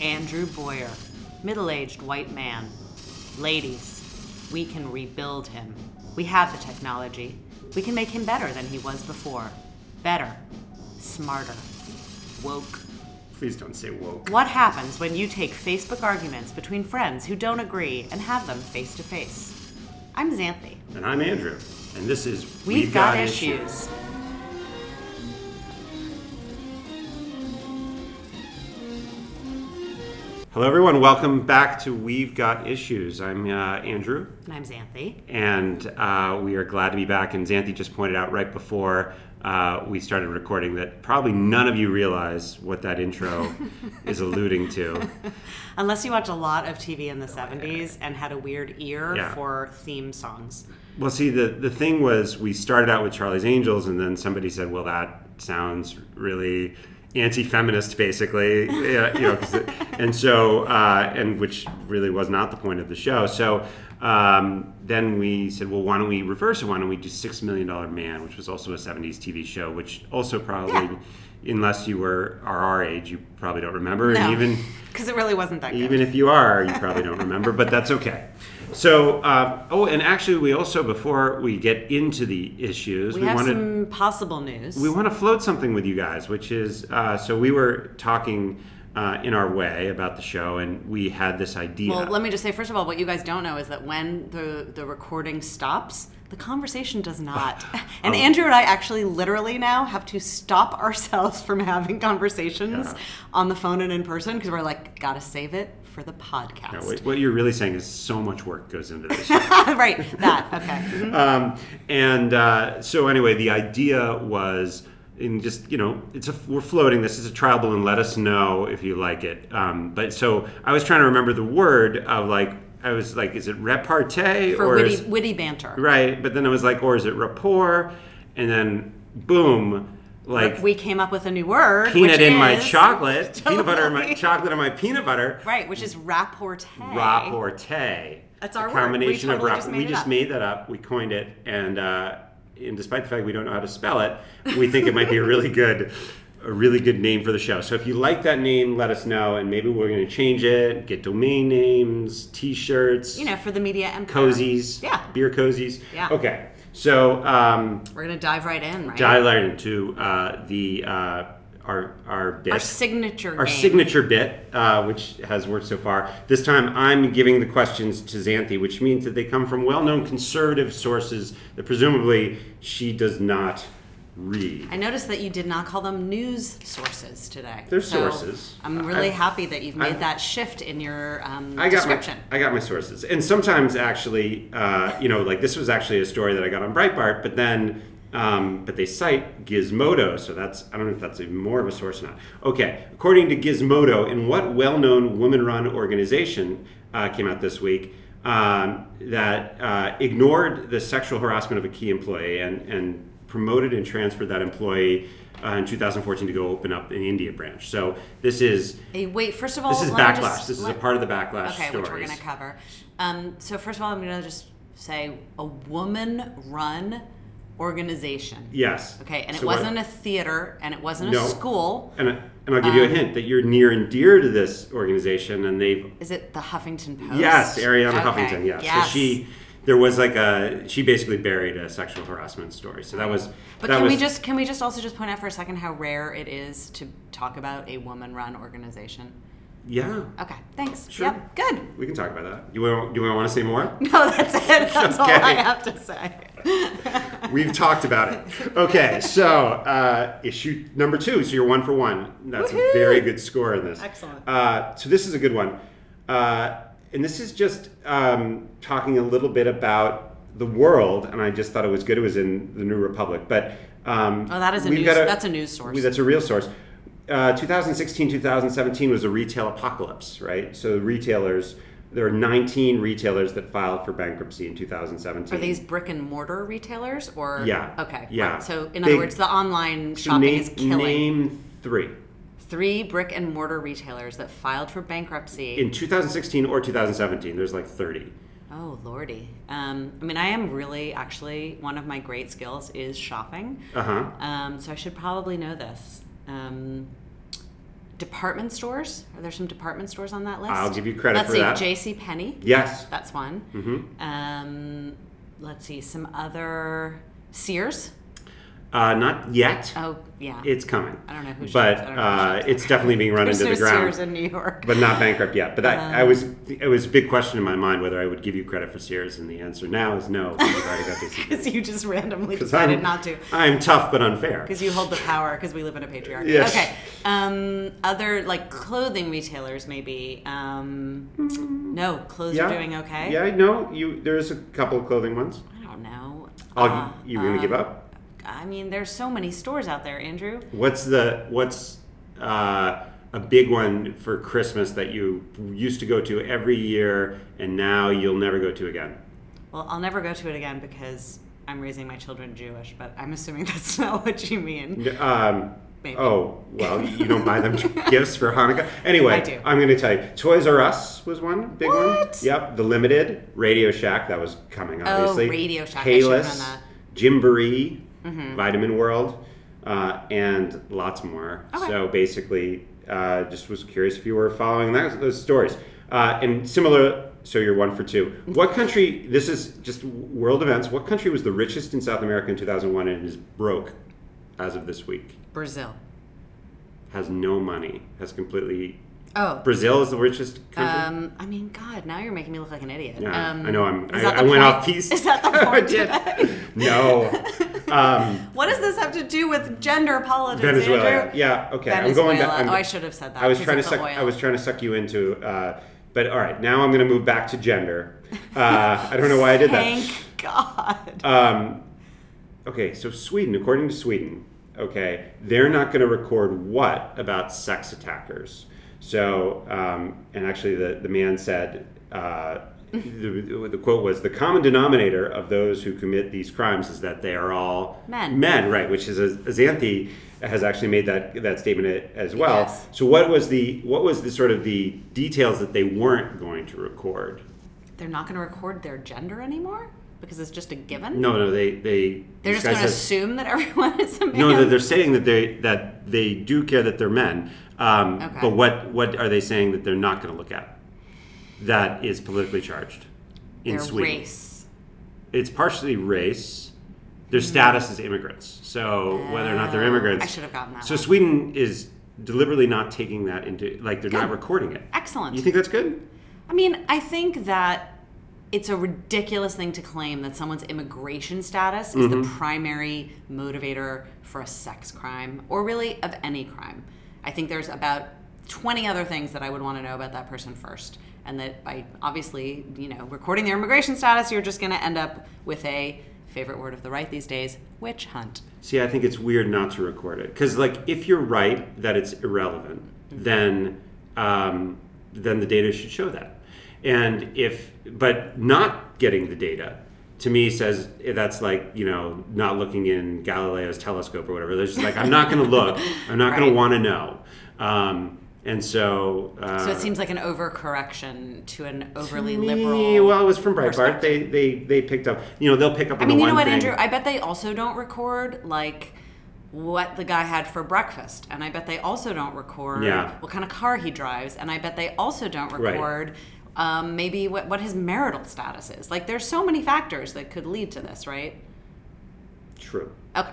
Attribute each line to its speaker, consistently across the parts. Speaker 1: Andrew Boyer, middle aged white man. Ladies, we can rebuild him. We have the technology. We can make him better than he was before. Better. Smarter. Woke.
Speaker 2: Please don't say woke.
Speaker 1: What happens when you take Facebook arguments between friends who don't agree and have them face to face? I'm Xanthi.
Speaker 2: And I'm Andrew, and this is
Speaker 1: We've, got, issues.
Speaker 2: Hello, everyone. Welcome back to We've Got Issues. I'm uh, Andrew,
Speaker 1: And I'm Xanthi.
Speaker 2: and uh, we are glad to be back. And Xanthi just pointed out right before uh, we started recording that probably none of you realize what that intro is alluding to.
Speaker 1: Unless you watch a lot of TV in the 70s and had a weird ear
Speaker 2: Yeah.
Speaker 1: for theme songs.
Speaker 2: Well, see, the the thing was, we started out with Charlie's Angels, and then somebody said, "Well, that sounds really anti-feminist, basically." Yeah, you know, 'cause the- and so, uh, and which really was not the point of the show. So um, then we said, "Well, why don't we reverse it? Why don't we do Six Million Dollar Man, which was also a '70s TV show, which also probably."
Speaker 1: Yeah.
Speaker 2: Unless you were are our age, you probably don't remember.
Speaker 1: No.
Speaker 2: And even
Speaker 1: Because it really wasn't that
Speaker 2: even
Speaker 1: good.
Speaker 2: if you are, you probably don't remember, but that's okay. So, uh, oh, and actually, we also before we get into the issues,
Speaker 1: We,
Speaker 2: we,
Speaker 1: have
Speaker 2: wanted
Speaker 1: some possible news.
Speaker 2: we want to float something with you guys, which is uh, so we were talking uh, in our way about the show, and we had this idea.
Speaker 1: Well, let me just say, first of all, what you guys don't know is that when the, the recording stops, the conversation does not. And
Speaker 2: Oh.
Speaker 1: Andrew and I actually literally now have to stop ourselves from having conversations
Speaker 2: Yeah.
Speaker 1: on the phone and in person because we're like, gotta save it for the podcast.
Speaker 2: Yeah, what, what you're really saying is so much work goes into this.
Speaker 1: right, that, okay.
Speaker 2: um, and uh, so anyway, the idea was in just you know it's a we're floating this is a trial balloon let us know if you like it um, but so i was trying to remember the word of like i was like is it repartee
Speaker 1: For
Speaker 2: or
Speaker 1: witty,
Speaker 2: is,
Speaker 1: witty banter.
Speaker 2: right but then i was like or is it rapport and then boom like
Speaker 1: we came up with a new word.
Speaker 2: peanut
Speaker 1: which
Speaker 2: in my
Speaker 1: is-
Speaker 2: chocolate peanut butter in my
Speaker 1: Totally.
Speaker 2: chocolate in my peanut butter
Speaker 1: Right, which is rapporteur.
Speaker 2: Rapporte.
Speaker 1: That's our
Speaker 2: a
Speaker 1: word.
Speaker 2: combination
Speaker 1: We
Speaker 2: of
Speaker 1: totally
Speaker 2: rap-
Speaker 1: just made
Speaker 2: we
Speaker 1: it
Speaker 2: just
Speaker 1: up.
Speaker 2: made that up. We coined it, and uh, and despite the fact we don't know how to spell it, we think it might be a really good, a really good name for the show. So if you like that name, let us know, and maybe we're going to change it. Get domain names, T-shirts,
Speaker 1: You know, for the media empire.
Speaker 2: cozies,
Speaker 1: Yeah.
Speaker 2: beer cozies.
Speaker 1: Yeah.
Speaker 2: Okay. So um,
Speaker 1: We're gonna dive right in, right?
Speaker 2: dive right into uh, the uh, our our bit
Speaker 1: Our signature.
Speaker 2: our
Speaker 1: game.
Speaker 2: signature bit, uh, which has worked so far. This time, I'm giving the questions to Xanthi, which means that they come from well-known conservative sources that presumably she does not read.
Speaker 1: I noticed that you did not call them news sources today.
Speaker 2: They're
Speaker 1: So
Speaker 2: sources.
Speaker 1: I'm really
Speaker 2: I-
Speaker 1: happy that you've made
Speaker 2: I-
Speaker 1: that shift in your um,
Speaker 2: I got
Speaker 1: description.
Speaker 2: my I got my sources, and sometimes actually, uh, you know, like this was actually a story that I got on Breitbart, but then. Um, but they cite Gizmodo, so that's I don't know if that's even more of a source or not. Okay, according to Gizmodo, in what well-known woman-run organization uh, came out this week um, that uh, ignored the sexual harassment of a key employee and and promoted and transferred that employee uh, in 2014 to go open up an India branch. So this is
Speaker 1: Hey, wait, first of all,
Speaker 2: this is
Speaker 1: let
Speaker 2: backlash.
Speaker 1: me just-
Speaker 2: this is a
Speaker 1: let-
Speaker 2: part of the backlash
Speaker 1: okay,
Speaker 2: stories.
Speaker 1: which we're going to cover. Um, so first of all, I'm going to just say a woman-run organization.
Speaker 2: Yes.
Speaker 1: Okay, and it
Speaker 2: So what-
Speaker 1: wasn't a theater, and it wasn't
Speaker 2: No.
Speaker 1: a school.
Speaker 2: And, I- and I'll give
Speaker 1: Um,
Speaker 2: you a hint that you're near and dear to this organization, and they've
Speaker 1: Is it the Huffington Post?
Speaker 2: yes, Ariana
Speaker 1: Okay,
Speaker 2: Huffington. Yes. So she there was like a she basically buried a sexual harassment story. So that was.
Speaker 1: But
Speaker 2: that
Speaker 1: can we
Speaker 2: was-
Speaker 1: just can we just also just point out for a second how rare it is to talk about a woman-run organization?
Speaker 2: Yeah.
Speaker 1: Okay, thanks.
Speaker 2: Sure.
Speaker 1: Yep, good.
Speaker 2: We can talk about that. You want? Do you want to say more?
Speaker 1: No, that's it. That's all
Speaker 2: Okay.
Speaker 1: I have to say.
Speaker 2: We've talked about it. Okay, so uh, issue number two. So you're one for one. That's
Speaker 1: Woohoo!
Speaker 2: a very good score in this.
Speaker 1: Excellent.
Speaker 2: Uh, so this is a good one, uh, and this is just um, talking a little bit about the world. And I just thought it was good. It was in the New Republic, but um,
Speaker 1: Oh, that is a
Speaker 2: we've
Speaker 1: news.
Speaker 2: got
Speaker 1: that's a news source.
Speaker 2: we- That's a real source. Uh, 2016, 2017 was a retail apocalypse, right? So retailers, there are 19 retailers that filed for bankruptcy in 2017.
Speaker 1: Are these brick and mortar retailers or?
Speaker 2: Yeah,
Speaker 1: Okay.
Speaker 2: yeah.
Speaker 1: right. So in
Speaker 2: Big-
Speaker 1: other words, the online
Speaker 2: So
Speaker 1: shopping
Speaker 2: name,
Speaker 1: is killing.
Speaker 2: Name three.
Speaker 1: Three brick and mortar retailers that filed for bankruptcy.
Speaker 2: In 2016 or 2017, there's like 30.
Speaker 1: oh lordy. Um, I mean, I am really actually one of my great skills is shopping.
Speaker 2: Uh huh.
Speaker 1: Um, so I should probably know this. Um, Department stores. Are there some department stores on that list?
Speaker 2: I'll give you credit
Speaker 1: Let's
Speaker 2: for
Speaker 1: see,
Speaker 2: that. Mm-hmm.
Speaker 1: J.C. Penney.
Speaker 2: Yes.
Speaker 1: That's one. Um, let's see, some other Sears.
Speaker 2: Uh, not yet.
Speaker 1: Oh yeah,
Speaker 2: It's coming.
Speaker 1: I don't know who.
Speaker 2: But
Speaker 1: shops- I don't know who
Speaker 2: uh,
Speaker 1: shops.
Speaker 2: it's definitely being run
Speaker 1: There's
Speaker 2: into the
Speaker 1: no
Speaker 2: ground.
Speaker 1: Sears in Uh-huh. New York.
Speaker 2: but not bankrupt yet. But I, I was it was a big question in my mind whether I would give you credit for Sears, and the answer now is no. because you've already got this.
Speaker 1: Because you just randomly
Speaker 2: 'Cause
Speaker 1: decided
Speaker 2: I'm-
Speaker 1: not to.
Speaker 2: I'm tough but unfair.
Speaker 1: Because you hold the power. Because we live in a patriarchy.
Speaker 2: Yes.
Speaker 1: Okay. Um, other like clothing retailers maybe. Um, no, clothes are doing okay.
Speaker 2: Hmm. Yeah, no, you. There's a couple of clothing ones.
Speaker 1: I don't know.
Speaker 2: I'll,
Speaker 1: Uh,
Speaker 2: Oh, you gonna
Speaker 1: uh,
Speaker 2: give up?
Speaker 1: I mean, there's so many stores out there, Andrew.
Speaker 2: What's the what's uh, a big one for Christmas that you used to go to every year, and now you'll never go to again?
Speaker 1: Well, I'll never go to it again because I'm raising my children Jewish, but I'm assuming that's not what you mean.
Speaker 2: Um,
Speaker 1: Maybe.
Speaker 2: oh well, you don't buy them gifts for Hanukkah. Anyway,
Speaker 1: I do.
Speaker 2: am going to tell you, Toys R Us was one big one.
Speaker 1: What? Oh,
Speaker 2: Yep, the Limited, Radio Shack that was coming obviously.
Speaker 1: Radio Shack, I should've
Speaker 2: Payless,
Speaker 1: known Mm-hmm.
Speaker 2: Gymboree, Vitamin World, uh, and lots more.
Speaker 1: Okay.
Speaker 2: So basically, uh, just was curious if you were following that, those stories. Uh, and similar, so you're one for two. What country? This is just world events. What country was the richest in South America in 2001 and is broke as of this week?
Speaker 1: Brazil.
Speaker 2: has no money, has completely.
Speaker 1: Oh.
Speaker 2: Brazil is the richest country.
Speaker 1: Um, I mean, God, now you're making me look like an idiot.
Speaker 2: yeah,
Speaker 1: um,
Speaker 2: I know. I'm.
Speaker 1: is
Speaker 2: I,
Speaker 1: that the
Speaker 2: I went
Speaker 1: point-
Speaker 2: off piece.
Speaker 1: Is that the
Speaker 2: I
Speaker 1: point
Speaker 2: did.
Speaker 1: today?
Speaker 2: No. Um,
Speaker 1: What does this have to do with gender politics,
Speaker 2: Venezuela.
Speaker 1: Andrew?
Speaker 2: Yeah. Okay.
Speaker 1: Venezuela.
Speaker 2: I'm going back. I'm,
Speaker 1: oh, I should have said that.
Speaker 2: I was
Speaker 1: 'cause
Speaker 2: trying to
Speaker 1: of the
Speaker 2: suck.
Speaker 1: oil.
Speaker 2: I was trying to suck you into. Uh, but all right, now I'm going to move back to gender. Uh, I don't know why I did that.
Speaker 1: Thank God.
Speaker 2: Um, okay, so Sweden, according to Sweden, okay, they're not going to record what about sex attackers. So, um, and actually, the, the man said, uh, the, the quote was, the common denominator of those who commit these crimes is that they are all
Speaker 1: Men.
Speaker 2: Men, right? Which is a, Xanthi has actually made that that statement a- as well.
Speaker 1: Yes.
Speaker 2: So, what was the what was the sort of the details that they weren't going to record?
Speaker 1: They're not going to record their gender anymore because it's just a given.
Speaker 2: No, no, they they
Speaker 1: They're
Speaker 2: this
Speaker 1: just
Speaker 2: guy
Speaker 1: going to
Speaker 2: says-
Speaker 1: assume that everyone is a man.
Speaker 2: No, that they're saying that they that they do care that they're men. Um,
Speaker 1: Okay.
Speaker 2: But what what are they saying that they're not going to look at? That is politically charged in
Speaker 1: Their
Speaker 2: Sweden.
Speaker 1: race.
Speaker 2: It's partially race. Their status as immigrants. So whether or not they're
Speaker 1: Mm-hmm. Oh,
Speaker 2: immigrants,
Speaker 1: I should have gotten that.
Speaker 2: So
Speaker 1: one.
Speaker 2: Sweden is deliberately not taking that into like they're not
Speaker 1: Good.
Speaker 2: recording it.
Speaker 1: Excellent.
Speaker 2: You think that's good?
Speaker 1: I mean, I think that it's a ridiculous thing to claim that someone's immigration status is
Speaker 2: Mm-hmm.
Speaker 1: the primary motivator for a sex crime or really of any crime. I think there's about 20 other things that I would want to know about that person first. And that by obviously, you know, recording their immigration status, you're just going to end up with a favorite word of the right these days witch hunt.
Speaker 2: See, I think it's weird not to record it because, like, if you're right that it's irrelevant,
Speaker 1: Mm-hmm.
Speaker 2: then um, then the data should show that. And if, but not getting the data, to me says eh, that's like you know not looking in Galileo's telescope or whatever. They're just like, I'm not going to look. I'm not going
Speaker 1: Right.
Speaker 2: to want to know. Um, and so, uh,
Speaker 1: So it seems like an overcorrection to an overly
Speaker 2: me-
Speaker 1: liberal.
Speaker 2: Well, it was from Breitbart.
Speaker 1: perspective.
Speaker 2: They they they picked up. You know, they'll pick up.
Speaker 1: I
Speaker 2: on
Speaker 1: mean,
Speaker 2: the
Speaker 1: you know
Speaker 2: one
Speaker 1: what,
Speaker 2: thing.
Speaker 1: Andrew? I bet they also don't record like what the guy had for breakfast, and I bet they also don't record
Speaker 2: Yeah.
Speaker 1: what kind of car he drives, and I bet they also don't record um, maybe what what his marital status is. Like, there's so many factors that could lead to this, right?
Speaker 2: True.
Speaker 1: Okay.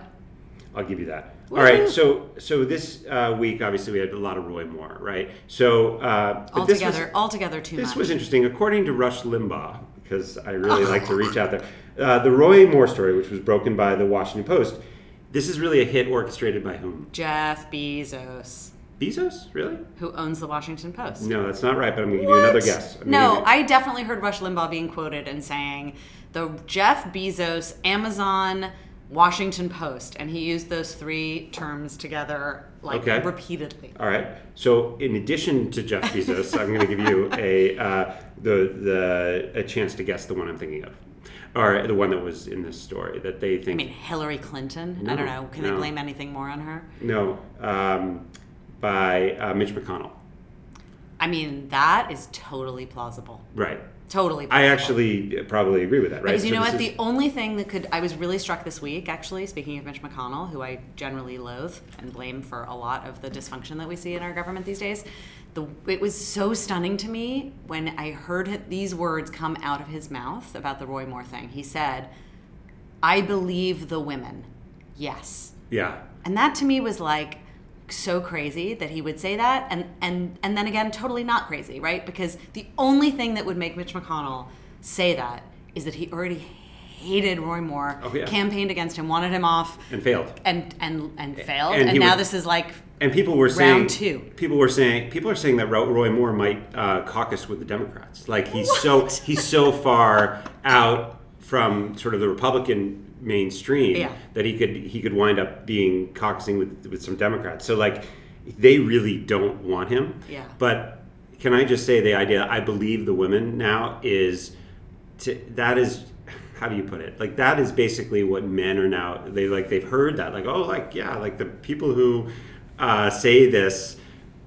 Speaker 2: I'll give you that.
Speaker 1: Woo.
Speaker 2: All right. So so this uh, week, obviously, we had a lot of Roy Moore, right? So uh, but this
Speaker 1: Altogether,
Speaker 2: was,
Speaker 1: altogether too
Speaker 2: this
Speaker 1: much. Oh.
Speaker 2: was interesting. According to Rush Limbaugh, because I really like to reach out there, uh, the Roy Moore story, which was broken by the Washington Post, this is really a hit orchestrated by whom?
Speaker 1: Jeff Bezos,
Speaker 2: Bezos, really?
Speaker 1: who owns the Washington Post.
Speaker 2: No, that's not right. But I'm going to give you another guess. I'm
Speaker 1: no,
Speaker 2: gonna
Speaker 1: I definitely heard Rush Limbaugh being quoted and saying the Jeff Bezos, Amazon, Washington Post, and he used those three terms together like
Speaker 2: Okay.
Speaker 1: repeatedly.
Speaker 2: All right. So, in addition to Jeff Bezos, I'm going to give you a uh, the the a chance to guess the one I'm thinking of, or the one that was in this story that they
Speaker 1: I
Speaker 2: think.
Speaker 1: mean, Hillary Clinton. I
Speaker 2: No,
Speaker 1: don't know. Can they
Speaker 2: no.
Speaker 1: blame anything more on her?
Speaker 2: No, um, by uh, Mitch McConnell.
Speaker 1: I I mean, that is totally plausible.
Speaker 2: Right.
Speaker 1: Totally plausible.
Speaker 2: I actually probably agree with that. Right.
Speaker 1: Because you
Speaker 2: So
Speaker 1: know
Speaker 2: this
Speaker 1: what?
Speaker 2: is-
Speaker 1: The only thing that could. I was really struck this week, actually, speaking of Mitch McConnell, who I generally loathe and blame for a lot of the dysfunction that we see in our government these days. The, it was so stunning to me when I heard hi- these words come out of his mouth about the Roy Moore thing. He said, I believe the women. Yes.
Speaker 2: yeah.
Speaker 1: And that to me was like so crazy that he would say that and and and then again totally not crazy, right? Because the only thing that would make Mitch McConnell say that is that he already hated Roy Moore,
Speaker 2: Oh, yeah.
Speaker 1: campaigned against him, wanted him off
Speaker 2: And failed.
Speaker 1: and and and failed.
Speaker 2: and
Speaker 1: And,
Speaker 2: he
Speaker 1: now
Speaker 2: would-
Speaker 1: this is like
Speaker 2: And people were saying
Speaker 1: Round two.
Speaker 2: People were saying people are saying that Ro- Roy Moore might uh, caucus with the Democrats. Like he's so he's so far out from sort of the Republican mainstream
Speaker 1: Yeah.
Speaker 2: that he could he could wind up being caucusing with with some Democrats. So like they really don't want him.
Speaker 1: Yeah.
Speaker 2: But can I just say the idea I believe the women now is to, that is how do you put it like that is basically what men are now they like they've heard that like oh like yeah like the people who uh, say this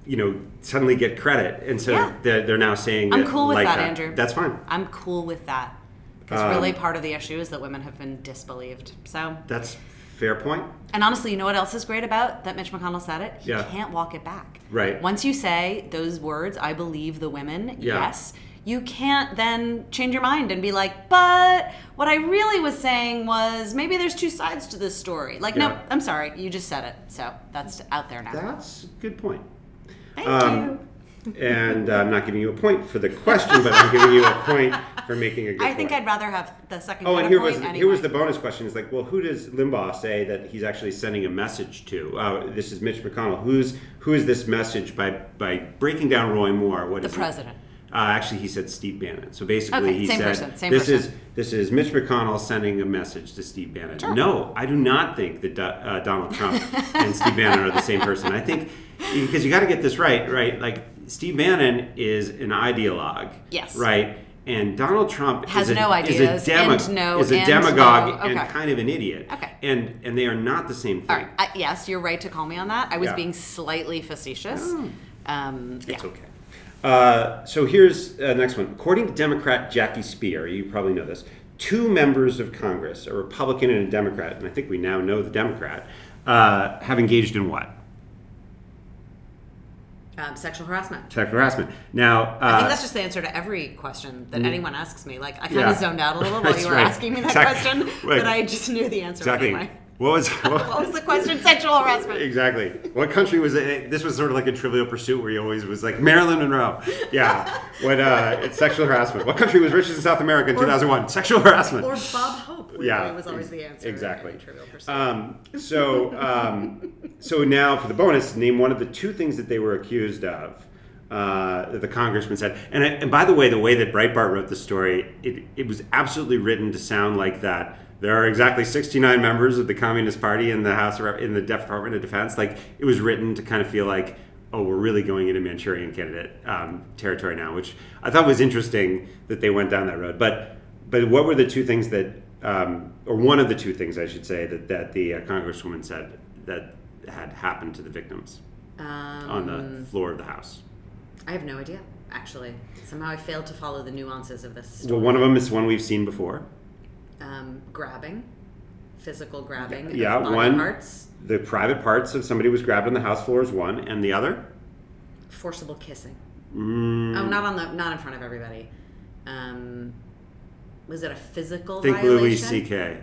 Speaker 2: you know suddenly get credit and so
Speaker 1: Yeah.
Speaker 2: they're, they're now saying
Speaker 1: I'm
Speaker 2: that,
Speaker 1: cool with
Speaker 2: like uh,
Speaker 1: that, Andrew.
Speaker 2: that's fine
Speaker 1: I'm cool with that. Because
Speaker 2: Um,
Speaker 1: really part of the issue is that women have been disbelieved. So
Speaker 2: that's fair point
Speaker 1: And honestly, you know what else is great about that Mitch McConnell said it? He
Speaker 2: Yeah.
Speaker 1: can't walk it back.
Speaker 2: Right.
Speaker 1: Once you say those words, I believe the women,
Speaker 2: Yeah.
Speaker 1: yes, you can't then change your mind and be like, but what I really was saying was maybe there's two sides to this story. Like,
Speaker 2: Yeah.
Speaker 1: no, I'm sorry, you just said it. So that's out there now.
Speaker 2: that's a good point
Speaker 1: Thank
Speaker 2: Um,
Speaker 1: you.
Speaker 2: and uh, I'm not giving you a point for the question but I'm giving you a point for making a good
Speaker 1: I think
Speaker 2: point.
Speaker 1: I'd rather have the second
Speaker 2: Oh,
Speaker 1: kind
Speaker 2: and
Speaker 1: of
Speaker 2: here
Speaker 1: point
Speaker 2: was
Speaker 1: anyway.
Speaker 2: here was the bonus question: is like, well, who does Limbaugh say that he's actually sending a message to? Uh, this is Mitch McConnell. Who's who is this message by by breaking down Roy Moore? What
Speaker 1: The
Speaker 2: is it?
Speaker 1: president.
Speaker 2: Uh, actually, he said Steve Bannon. So basically,
Speaker 1: Okay,
Speaker 2: he
Speaker 1: same
Speaker 2: said
Speaker 1: person, same
Speaker 2: this
Speaker 1: person.
Speaker 2: is this is Mitch McConnell sending a message to Steve Bannon.
Speaker 1: Sure.
Speaker 2: No, I do not think that Do- uh, Donald Trump and Steve Bannon are the same person. I think because you got to get this right, right? Like Steve Bannon is an ideologue.
Speaker 1: Yes.
Speaker 2: Right. And Donald Trump
Speaker 1: Has
Speaker 2: is a,
Speaker 1: no
Speaker 2: is a
Speaker 1: ideas
Speaker 2: dema-
Speaker 1: and no
Speaker 2: is a
Speaker 1: and
Speaker 2: demagogue
Speaker 1: no.
Speaker 2: and
Speaker 1: Okay.
Speaker 2: kind of an idiot.
Speaker 1: Okay.
Speaker 2: And and they are not the same thing.
Speaker 1: All right. I, yes, you're right to call me on that. I was
Speaker 2: Yeah.
Speaker 1: being slightly facetious. Um, yeah.
Speaker 2: It's okay. Uh, so here's uh, next one. According to Democrat Jackie Speer, you probably know this. Two members of Congress, a Republican and a Democrat, and I think we now know the Democrat, uh, have engaged in what?
Speaker 1: Um, sexual harassment.
Speaker 2: Sexual harassment. Now,
Speaker 1: I think
Speaker 2: uh, Mm.
Speaker 1: that's just the answer to every question that anyone asks me. Like I kind
Speaker 2: Yeah.
Speaker 1: of zoned out a little while
Speaker 2: That's
Speaker 1: you were
Speaker 2: right.
Speaker 1: asking me that
Speaker 2: Exactly.
Speaker 1: question,
Speaker 2: Right.
Speaker 1: but I just knew the answer
Speaker 2: exactly.
Speaker 1: anyway.
Speaker 2: What was
Speaker 1: What was the question? Sexual harassment.
Speaker 2: Exactly. What country was it? This was sort of like a Trivial Pursuit where he always was like Marilyn Monroe. Yeah. What? Uh, it's sexual harassment. What country was richest in South America in two thousand one? Sexual harassment.
Speaker 1: Or Bob Hope. weirdly,
Speaker 2: yeah.
Speaker 1: was always the answer. in
Speaker 2: Exactly.
Speaker 1: Trivial Pursuit.
Speaker 2: Um, so, um, so now for the bonus, name one of the two things that they were accused of. Uh, that the congressman said, and, I, and by the way, the way that Breitbart wrote the story, it, it was absolutely written to sound like that. There are exactly 69 members of the Communist Party in the House of Rep- in the Department of Defense. Like it was written to kind of feel like, oh, we're really going into Manchurian candidate um, territory now, which I thought was interesting that they went down that road. But but what were the two things that, um, or one of the two things I should say that that the uh, congresswoman said that had happened to the victims
Speaker 1: Um,
Speaker 2: on the floor of the house?
Speaker 1: I have no idea. Actually, somehow I failed to follow the nuances of this.
Speaker 2: Well, one of them is one we've seen before.
Speaker 1: Um, grabbing, physical grabbing.
Speaker 2: Yeah,
Speaker 1: of body
Speaker 2: one-
Speaker 1: parts.
Speaker 2: The private parts of somebody was grabbed on the house floor is one, and the other.
Speaker 1: Forcible kissing.
Speaker 2: Mm,
Speaker 1: Oh, not on the, not in front of everybody. Um, was it a physical
Speaker 2: think
Speaker 1: violation?
Speaker 2: Louis C.K.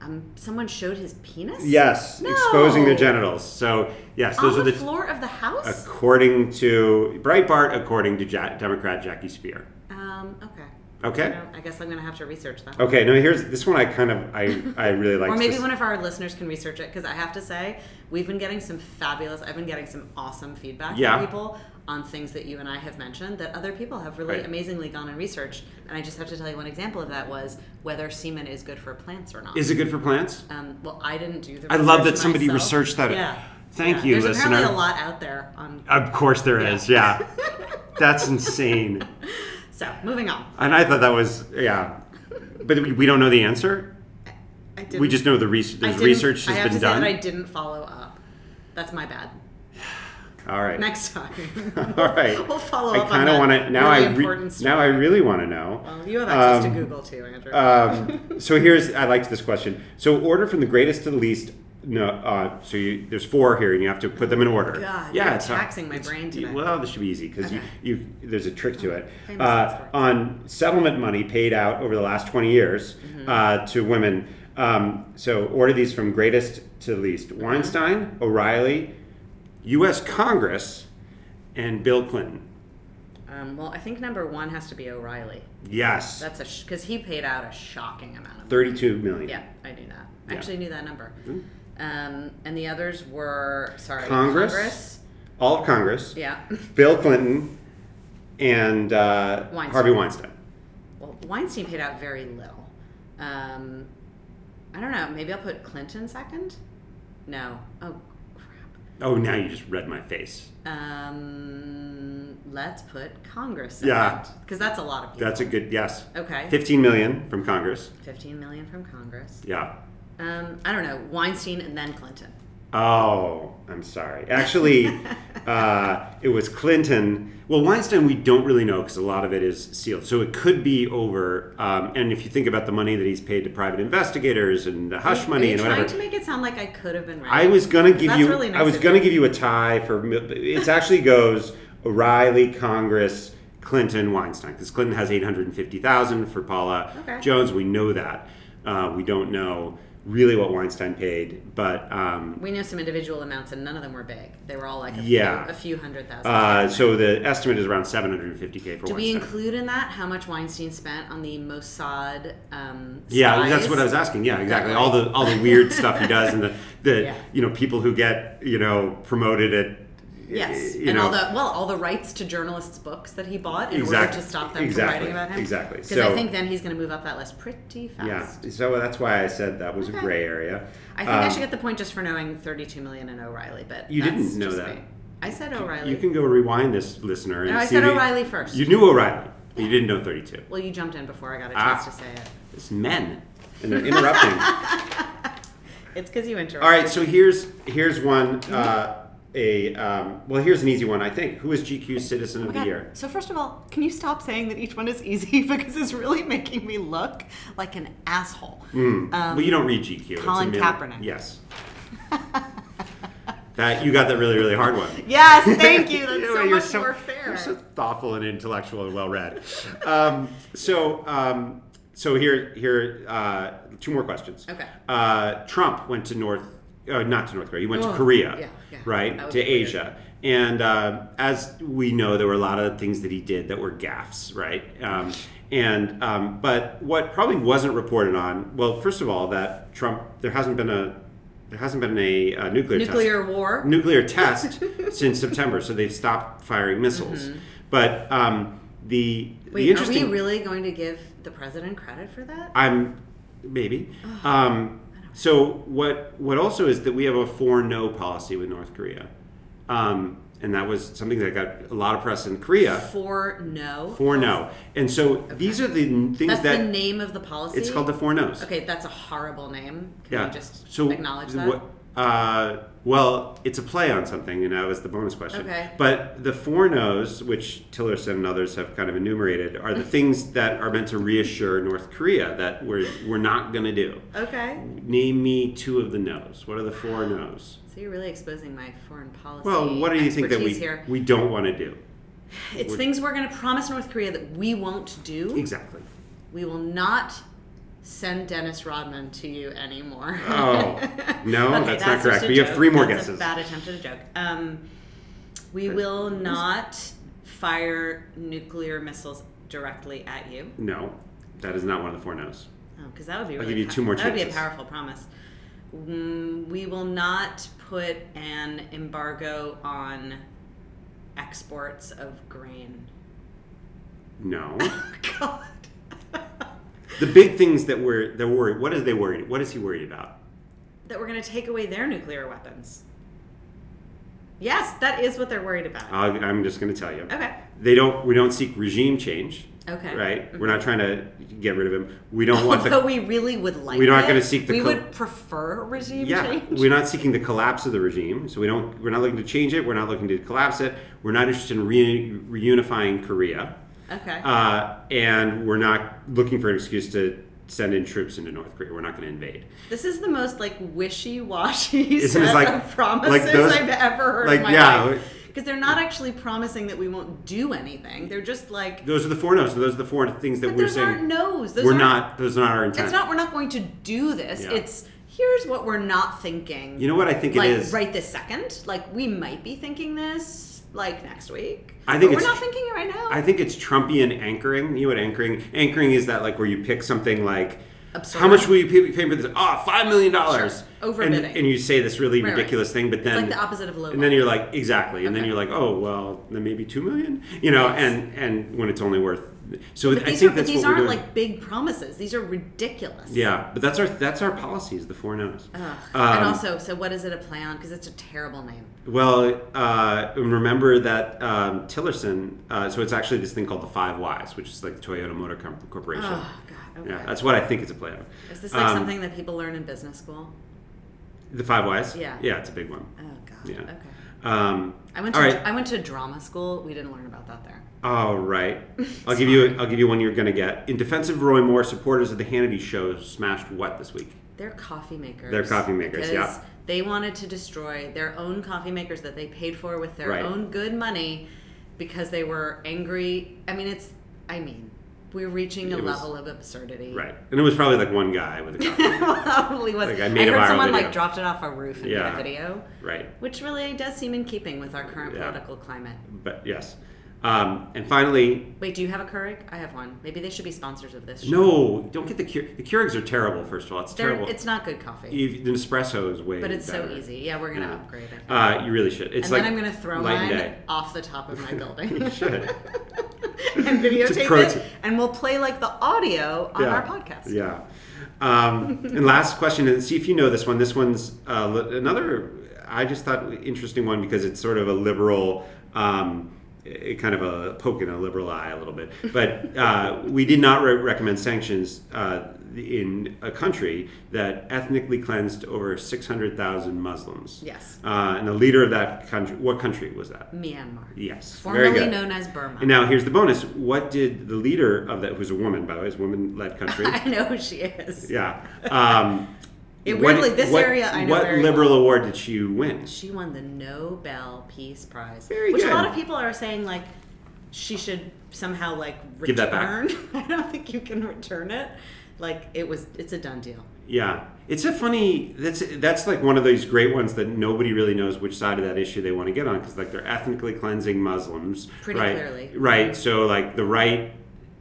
Speaker 1: Um, someone showed his penis.
Speaker 2: Yes,
Speaker 1: No.
Speaker 2: exposing their genitals. So yes, those
Speaker 1: on
Speaker 2: are
Speaker 1: the,
Speaker 2: the. t-
Speaker 1: floor of the house.
Speaker 2: according to Breitbart, according to ja- Democrat Jackie Speer.
Speaker 1: um, okay.
Speaker 2: Okay.
Speaker 1: Well, I guess I'm gonna have to research that.
Speaker 2: Okay. Now here's this one. I kind of I I really like.
Speaker 1: Or maybe one of our listeners can research it because I have to say we've been getting some fabulous. I've been getting some awesome feedback
Speaker 2: Yeah.
Speaker 1: from people on things that you and I have mentioned that other people have really
Speaker 2: Right.
Speaker 1: amazingly gone and researched. And I just have to tell you one example of that was whether semen is good for plants or not.
Speaker 2: Is it good for plants?
Speaker 1: um, well, I didn't do the.
Speaker 2: I love
Speaker 1: research
Speaker 2: that somebody
Speaker 1: myself.
Speaker 2: researched that.
Speaker 1: Yeah.
Speaker 2: Thank
Speaker 1: Yeah.
Speaker 2: you,
Speaker 1: There's apparently
Speaker 2: listener.
Speaker 1: a lot out there on.
Speaker 2: Of course there is. Yeah. That's insane.
Speaker 1: So moving on.
Speaker 2: And I thought that was yeah, but we we don't know the answer.
Speaker 1: I didn't,
Speaker 2: We just know the research.
Speaker 1: I
Speaker 2: There's
Speaker 1: didn't-
Speaker 2: research
Speaker 1: I
Speaker 2: has
Speaker 1: have
Speaker 2: been
Speaker 1: to say
Speaker 2: done.
Speaker 1: that I didn't follow up. That's my bad.
Speaker 2: All right.
Speaker 1: next time.
Speaker 2: All right.
Speaker 1: We'll follow
Speaker 2: I
Speaker 1: up on
Speaker 2: kind of
Speaker 1: that
Speaker 2: want to now.
Speaker 1: really
Speaker 2: I re-
Speaker 1: important
Speaker 2: now I really want to know.
Speaker 1: well, you have access
Speaker 2: Um,
Speaker 1: to Google too, Andrew.
Speaker 2: Um, so here's I liked this question. So order from the greatest to the least. No, uh, so you, there's four here, and you have to put them in order.
Speaker 1: Oh God,
Speaker 2: yeah,
Speaker 1: you're
Speaker 2: it's not-
Speaker 1: taxing my
Speaker 2: it's-
Speaker 1: brain today.
Speaker 2: Well, this should be easy because
Speaker 1: Okay.
Speaker 2: you, you there's a trick to it.
Speaker 1: Famous
Speaker 2: Uh,
Speaker 1: last words.
Speaker 2: on settlement money paid out over the last 20 years
Speaker 1: Mm-hmm.
Speaker 2: uh, to women. Um, so order these from greatest to least: Weinstein, O'Reilly, U.S. Congress, and Bill Clinton.
Speaker 1: Um, well, I think number one has to be O'Reilly.
Speaker 2: Yes,
Speaker 1: That's a because he paid out a shocking amount of money.
Speaker 2: 32 million.
Speaker 1: Yeah, I knew that. I
Speaker 2: Yeah. Hmm.
Speaker 1: actually knew that number. Um, and the others were sorry,
Speaker 2: Congress?
Speaker 1: Congress
Speaker 2: All of Congress.
Speaker 1: yeah.
Speaker 2: Bill Clinton and uh,
Speaker 1: Weinstein.
Speaker 2: Harvey Weinstein.
Speaker 1: Well, Weinstein paid out very little. Um, I don't know. Maybe I'll put Clinton second. No. Oh crap.
Speaker 2: Oh, now you just read my face.
Speaker 1: Um, let's put Congress. Second,
Speaker 2: Yeah.
Speaker 1: Because that's a lot of people.
Speaker 2: That's a good yes.
Speaker 1: okay.
Speaker 2: 15 million from Congress.
Speaker 1: Fifteen million from Congress.
Speaker 2: Yeah.
Speaker 1: Um, I don't know. Weinstein and then Clinton.
Speaker 2: Oh, I'm sorry. Actually, uh, it was Clinton. Well, Weinstein, we don't really know because a lot of it is sealed. So it could be over. Um, and if you think about the money that he's paid to private investigators and the hush
Speaker 1: Are
Speaker 2: money
Speaker 1: you
Speaker 2: and
Speaker 1: trying
Speaker 2: whatever.
Speaker 1: to make it sound like I could have been right?
Speaker 2: I was gonna give
Speaker 1: That's
Speaker 2: you.
Speaker 1: really nice
Speaker 2: I was
Speaker 1: of
Speaker 2: gonna
Speaker 1: you.
Speaker 2: give you a tie for. mil- It actually goes O'Reilly, Congress, Clinton, Weinstein, because Clinton has eight hundred and fifty thousand for Paula
Speaker 1: Okay.
Speaker 2: Jones. We know that. Uh, we don't know really what Weinstein paid, but um,
Speaker 1: We know some individual amounts, and none of them were big. They were all like a,
Speaker 2: Yeah.
Speaker 1: few, a few hundred thousand.
Speaker 2: uh, so the estimate is around seven hundred and fifty k for
Speaker 1: Do we
Speaker 2: Weinstein.
Speaker 1: include in that how much Weinstein spent on the Mossad? Um,
Speaker 2: yeah, that's
Speaker 1: spies?
Speaker 2: what I was asking. Yeah, exactly. All the all the weird stuff he does, and the the
Speaker 1: Yeah.
Speaker 2: you know people who get you know promoted at
Speaker 1: Yes,
Speaker 2: eh, you
Speaker 1: and
Speaker 2: know
Speaker 1: all the well, all the rights to journalists' books that he bought in order
Speaker 2: Exactly.
Speaker 1: to stop them
Speaker 2: Exactly.
Speaker 1: from writing about him.
Speaker 2: Exactly.
Speaker 1: Because
Speaker 2: So-
Speaker 1: I think then he's going to move up that list pretty
Speaker 2: yeah.
Speaker 1: fast.
Speaker 2: So that's why I said that was a
Speaker 1: Okay.
Speaker 2: gray area.
Speaker 1: I think I should get the point just for knowing 32 million and O'Reilly, but
Speaker 2: Um, You
Speaker 1: that's
Speaker 2: didn't know
Speaker 1: just
Speaker 2: that.
Speaker 1: me. I said O'Reilly.
Speaker 2: You can go rewind this, listener. And
Speaker 1: No, I
Speaker 2: see
Speaker 1: said
Speaker 2: the-
Speaker 1: O'Reilly first.
Speaker 2: You knew O'Reilly, but you didn't know 32.
Speaker 1: well, you jumped in before I got a
Speaker 2: Ah.
Speaker 1: chance to say it.
Speaker 2: It's men, and they're interrupting.
Speaker 1: It's because you interrupted.
Speaker 2: All right, so here's here's one. Uh, a um, well, here's an easy one. I think. Who is GQ's Citizen of the
Speaker 3: God.
Speaker 2: Year?
Speaker 3: So first of all, can you stop saying that each one is easy because it's really making me look like an asshole. Um,
Speaker 2: Hmm. well, you don't read GQ. It's a
Speaker 3: Colin
Speaker 2: male-
Speaker 3: Kaepernick.
Speaker 2: Yes. that you got that really really hard one.
Speaker 3: Yes, thank you. That's
Speaker 2: You know,
Speaker 3: so
Speaker 2: you're
Speaker 3: much more fair.
Speaker 2: You're so thoughtful and intellectual and well read. um, so um, so here here uh, two more questions.
Speaker 1: Okay.
Speaker 2: Uh, Trump went to North, uh, not to North Korea. He went
Speaker 1: Oh,
Speaker 2: to Korea,
Speaker 1: yeah, yeah. That
Speaker 2: right
Speaker 1: would
Speaker 2: to
Speaker 1: be weird.
Speaker 2: Asia. And uh, as we know, there were a lot of things that he did that were gaffes, right? Um, and um, but what probably wasn't reported on. Well, first of all, that Trump there hasn't been a there hasn't been a, uh nuclear test
Speaker 1: Nuclear war.
Speaker 2: nuclear test since September, so they've stopped firing missiles. But um, the the
Speaker 1: Mm-hmm. Wait, are
Speaker 2: interesting,
Speaker 1: we really going to give the president credit for that?
Speaker 2: I'm maybe. Um, so what what also is that we have a four no policy with North Korea, um, and that was something that got a lot of press in Korea.
Speaker 1: For no.
Speaker 2: Four no, and so these are the n- things
Speaker 1: That's
Speaker 2: that
Speaker 1: the name of the policy.
Speaker 2: it's called the four no's.
Speaker 1: Okay, that's a horrible name. Can
Speaker 2: yeah.
Speaker 1: we just
Speaker 2: so
Speaker 1: acknowledge
Speaker 2: th-
Speaker 1: that?
Speaker 2: what- uh, well, it's a play on something, and that was the bonus question.
Speaker 1: Okay.
Speaker 2: But the four no's, which Tillerson and others have kind of enumerated, are the things that are meant to reassure North Korea that we're we're not going to do.
Speaker 1: Okay.
Speaker 2: Name me two of the no's. What are the four no's?
Speaker 1: So you're really exposing my foreign policy.
Speaker 2: Well, what do you think that we
Speaker 1: expertise here?
Speaker 2: we don't want to do?
Speaker 1: It's things we're going to promise North Korea that we won't do.
Speaker 2: Exactly.
Speaker 1: We will not send Dennis Rodman to you anymore.
Speaker 2: Oh, no, that's not
Speaker 1: just
Speaker 2: correct,
Speaker 1: a
Speaker 2: but you have
Speaker 1: joke.
Speaker 2: three more
Speaker 1: That's a
Speaker 2: guesses.
Speaker 1: bad attempt at a joke. Um, we will not fire nuclear missiles directly at you.
Speaker 2: No, that is not one of the four no's.
Speaker 1: because that would be. Really
Speaker 2: give you two more
Speaker 1: That would be a
Speaker 2: chances.
Speaker 1: powerful promise. Mm, we will not put an embargo on exports of grain. Oh,
Speaker 2: No.
Speaker 1: God.
Speaker 2: the big things that we're they're worried. What is they worried? What is he worried about?
Speaker 1: that we're going to take away their nuclear weapons. Yes, that is what they're worried about.
Speaker 2: Um, I'll, I'm just going to tell you.
Speaker 1: okay.
Speaker 2: They don't. We don't seek regime change.
Speaker 1: Okay.
Speaker 2: right? We're not trying to get rid of him. We don't want
Speaker 1: Although
Speaker 2: the
Speaker 1: we really would like.
Speaker 2: We're not
Speaker 1: it.
Speaker 2: gonna seek the
Speaker 1: We
Speaker 2: co-
Speaker 1: would prefer regime
Speaker 2: yeah.
Speaker 1: change.
Speaker 2: We're not seeking the collapse of the regime, so we don't. We're not looking to change it. We're not looking to collapse it. We're not interested in re- reunifying Korea,
Speaker 1: okay.
Speaker 2: uh, and we're not looking for an excuse to send in troops into North Korea. We're not going to invade.
Speaker 1: this is the most like wishy-washy
Speaker 2: Isn't it
Speaker 1: set
Speaker 2: like-
Speaker 1: of promises
Speaker 2: like those-
Speaker 1: I've ever heard.
Speaker 2: like,
Speaker 1: in my
Speaker 2: yeah, like-
Speaker 1: Because they're not actually promising that we won't do anything. They're just like.
Speaker 2: Those are the four no's. Those are the four things that
Speaker 1: But
Speaker 2: we're
Speaker 1: those
Speaker 2: saying.
Speaker 1: aren't no's. Those
Speaker 2: we're
Speaker 1: aren't-
Speaker 2: not. Those are not our intent.
Speaker 1: It's not. We're not going to do this.
Speaker 2: Yeah.
Speaker 1: It's here's what we're not thinking.
Speaker 2: you know what I think
Speaker 1: like
Speaker 2: it is.
Speaker 1: right this second. Like we might be thinking this like next week.
Speaker 2: I think
Speaker 1: but we're
Speaker 2: it's-
Speaker 1: not thinking it right now.
Speaker 2: I think it's Trumpian anchoring. You know what anchoring? Anchoring is that like where you pick something like,
Speaker 1: Absurd.
Speaker 2: how much will you pay, pay for this? Ah, five million dollars. And,
Speaker 1: Overbidding.
Speaker 2: and you say this really
Speaker 1: Right, right.
Speaker 2: ridiculous thing, but then
Speaker 1: it's like the opposite of low.
Speaker 2: and then you're like exactly, and then
Speaker 1: Okay.
Speaker 2: you're like, oh well, then maybe two million. You know,
Speaker 1: Yes.
Speaker 2: and and when it's only worth. So
Speaker 1: but
Speaker 2: I
Speaker 1: these,
Speaker 2: think
Speaker 1: are, but
Speaker 2: that's
Speaker 1: these
Speaker 2: what we're
Speaker 1: aren't
Speaker 2: doing.
Speaker 1: like big promises. These are ridiculous.
Speaker 2: yeah, but that's our that's our policies. The four no's.
Speaker 1: Ugh.
Speaker 2: Um,
Speaker 1: and also, so what is it a play on? Because it's a terrible name.
Speaker 2: Well, uh, and remember that um, Tillerson. Uh, so it's actually this thing called the Five Whys, which is like the Toyota Motor Com- Corporation.
Speaker 1: Oh God. Okay.
Speaker 2: Yeah, that's what I think it's a play on.
Speaker 1: is this like
Speaker 2: Um,
Speaker 1: something that people learn in business school?
Speaker 2: The Five Whys.
Speaker 1: Yeah.
Speaker 2: yeah, it's a big one.
Speaker 1: Oh God.
Speaker 2: Yeah.
Speaker 1: Okay.
Speaker 2: Um,
Speaker 1: I went to
Speaker 2: all right,
Speaker 1: I went to drama school. We didn't learn about that there.
Speaker 2: all right. I'll give you. I'll give you one you're gonna get. In defense of Roy Moore, supporters of the Hannity show smashed what this week?
Speaker 1: They're coffee makers.
Speaker 2: They're coffee makers, yeah.
Speaker 1: because They wanted to destroy their own coffee makers that they paid for with their
Speaker 2: Right.
Speaker 1: own good money because they were angry. I mean, it's, I mean, we're reaching a
Speaker 2: It was-
Speaker 1: level of absurdity.
Speaker 2: Right, and it was probably like one guy with a coffee.
Speaker 1: Probably was.
Speaker 2: Like, I
Speaker 1: I,
Speaker 2: made a viral
Speaker 1: heard someone
Speaker 2: video.
Speaker 1: like dropped it off a roof and
Speaker 2: Yeah.
Speaker 1: made a video,
Speaker 2: right,
Speaker 1: which really does seem in keeping with our current
Speaker 2: Yeah.
Speaker 1: political climate.
Speaker 2: but yes. Um, and finally,
Speaker 1: Wait, do you have a Keurig? I have one. Maybe they should be sponsors of this. show.
Speaker 2: No, don't get the Keur- the Keurigs are terrible. First of all, it's
Speaker 1: They're-
Speaker 2: terrible.
Speaker 1: it's not good coffee,
Speaker 2: Ev- the Nespresso is way.
Speaker 1: but it's so
Speaker 2: better.
Speaker 1: easy. Yeah, we're gonna
Speaker 2: Yeah.
Speaker 1: upgrade it.
Speaker 2: Uh, you really should. It's
Speaker 1: and
Speaker 2: like
Speaker 1: then I'm going to throw
Speaker 2: light and
Speaker 1: mine
Speaker 2: day.
Speaker 1: off the top of my building.
Speaker 2: You should.
Speaker 1: and
Speaker 2: It's a
Speaker 1: videotape
Speaker 2: pro tip.
Speaker 1: it, and we'll play like the audio on
Speaker 2: yeah.
Speaker 1: our podcast.
Speaker 2: Yeah. Um, and last question, and see if you know this one. This one's uh, li- another. I just thought interesting one because it's sort of a liberal. Um, it kind of a poke in a liberal eye a little bit, but uh, we did not re- recommend sanctions uh, in a country that ethnically cleansed over six hundred thousand Muslims.
Speaker 1: Yes.
Speaker 2: Uh, and the leader of that country, what country was that?
Speaker 1: Myanmar.
Speaker 2: Yes. very
Speaker 1: Formerly
Speaker 2: good.
Speaker 1: known as Burma.
Speaker 2: And now here's the bonus. What did the leader of that, who's a woman, by the way, is a woman led country.
Speaker 1: I know who she is.
Speaker 2: yeah. Um,
Speaker 1: It
Speaker 2: what-
Speaker 1: weirdly- this
Speaker 2: what-
Speaker 1: area I know
Speaker 2: What
Speaker 1: very
Speaker 2: liberal award did she win?
Speaker 1: She won the Nobel Peace Prize.
Speaker 2: Very
Speaker 1: which
Speaker 2: good.
Speaker 1: a lot of people are saying, like, she should somehow, like, return.
Speaker 2: Give that back.
Speaker 1: I don't think you can return it. Like, it was, it's a done deal.
Speaker 2: Yeah. It's a funny. That's that's like one of those great ones that nobody really knows which side of that issue they want to get on because like they're ethnically cleansing Muslims.
Speaker 1: Pretty
Speaker 2: right?
Speaker 1: clearly.
Speaker 2: Right. So like the right,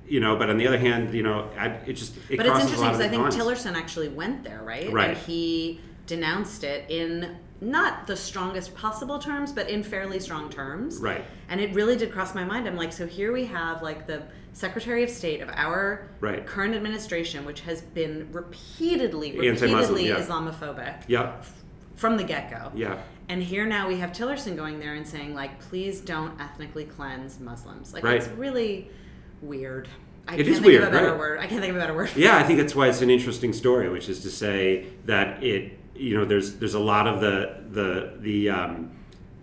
Speaker 2: you know. But on the other hand, you know, I, it just it
Speaker 1: but it's
Speaker 2: crosses a
Speaker 1: interesting
Speaker 2: lot of
Speaker 1: because I think
Speaker 2: lines.
Speaker 1: Tillerson actually went there, right?
Speaker 2: Right.
Speaker 1: And he denounced it in not the strongest possible terms, but in fairly strong terms.
Speaker 2: Right.
Speaker 1: And it really did cross my mind. I'm like, so here we have like the Secretary of State of our
Speaker 2: Right.
Speaker 1: current administration, which has been repeatedly,
Speaker 2: Anti-Muslim,
Speaker 1: repeatedly
Speaker 2: yeah.
Speaker 1: Islamophobic
Speaker 2: Yep.
Speaker 1: from the get go.
Speaker 2: Yeah.
Speaker 1: And here now we have Tillerson going there and saying like, please don't ethnically cleanse Muslims. Like
Speaker 2: Right.
Speaker 1: it's really weird. I
Speaker 2: It
Speaker 1: can't
Speaker 2: is
Speaker 1: think
Speaker 2: weird,
Speaker 1: of a better
Speaker 2: right.
Speaker 1: word. I can't think of a better word.
Speaker 2: Yeah, I think that's why it's an interesting story, which is to say that it, you know, there's there's a lot of the the the um,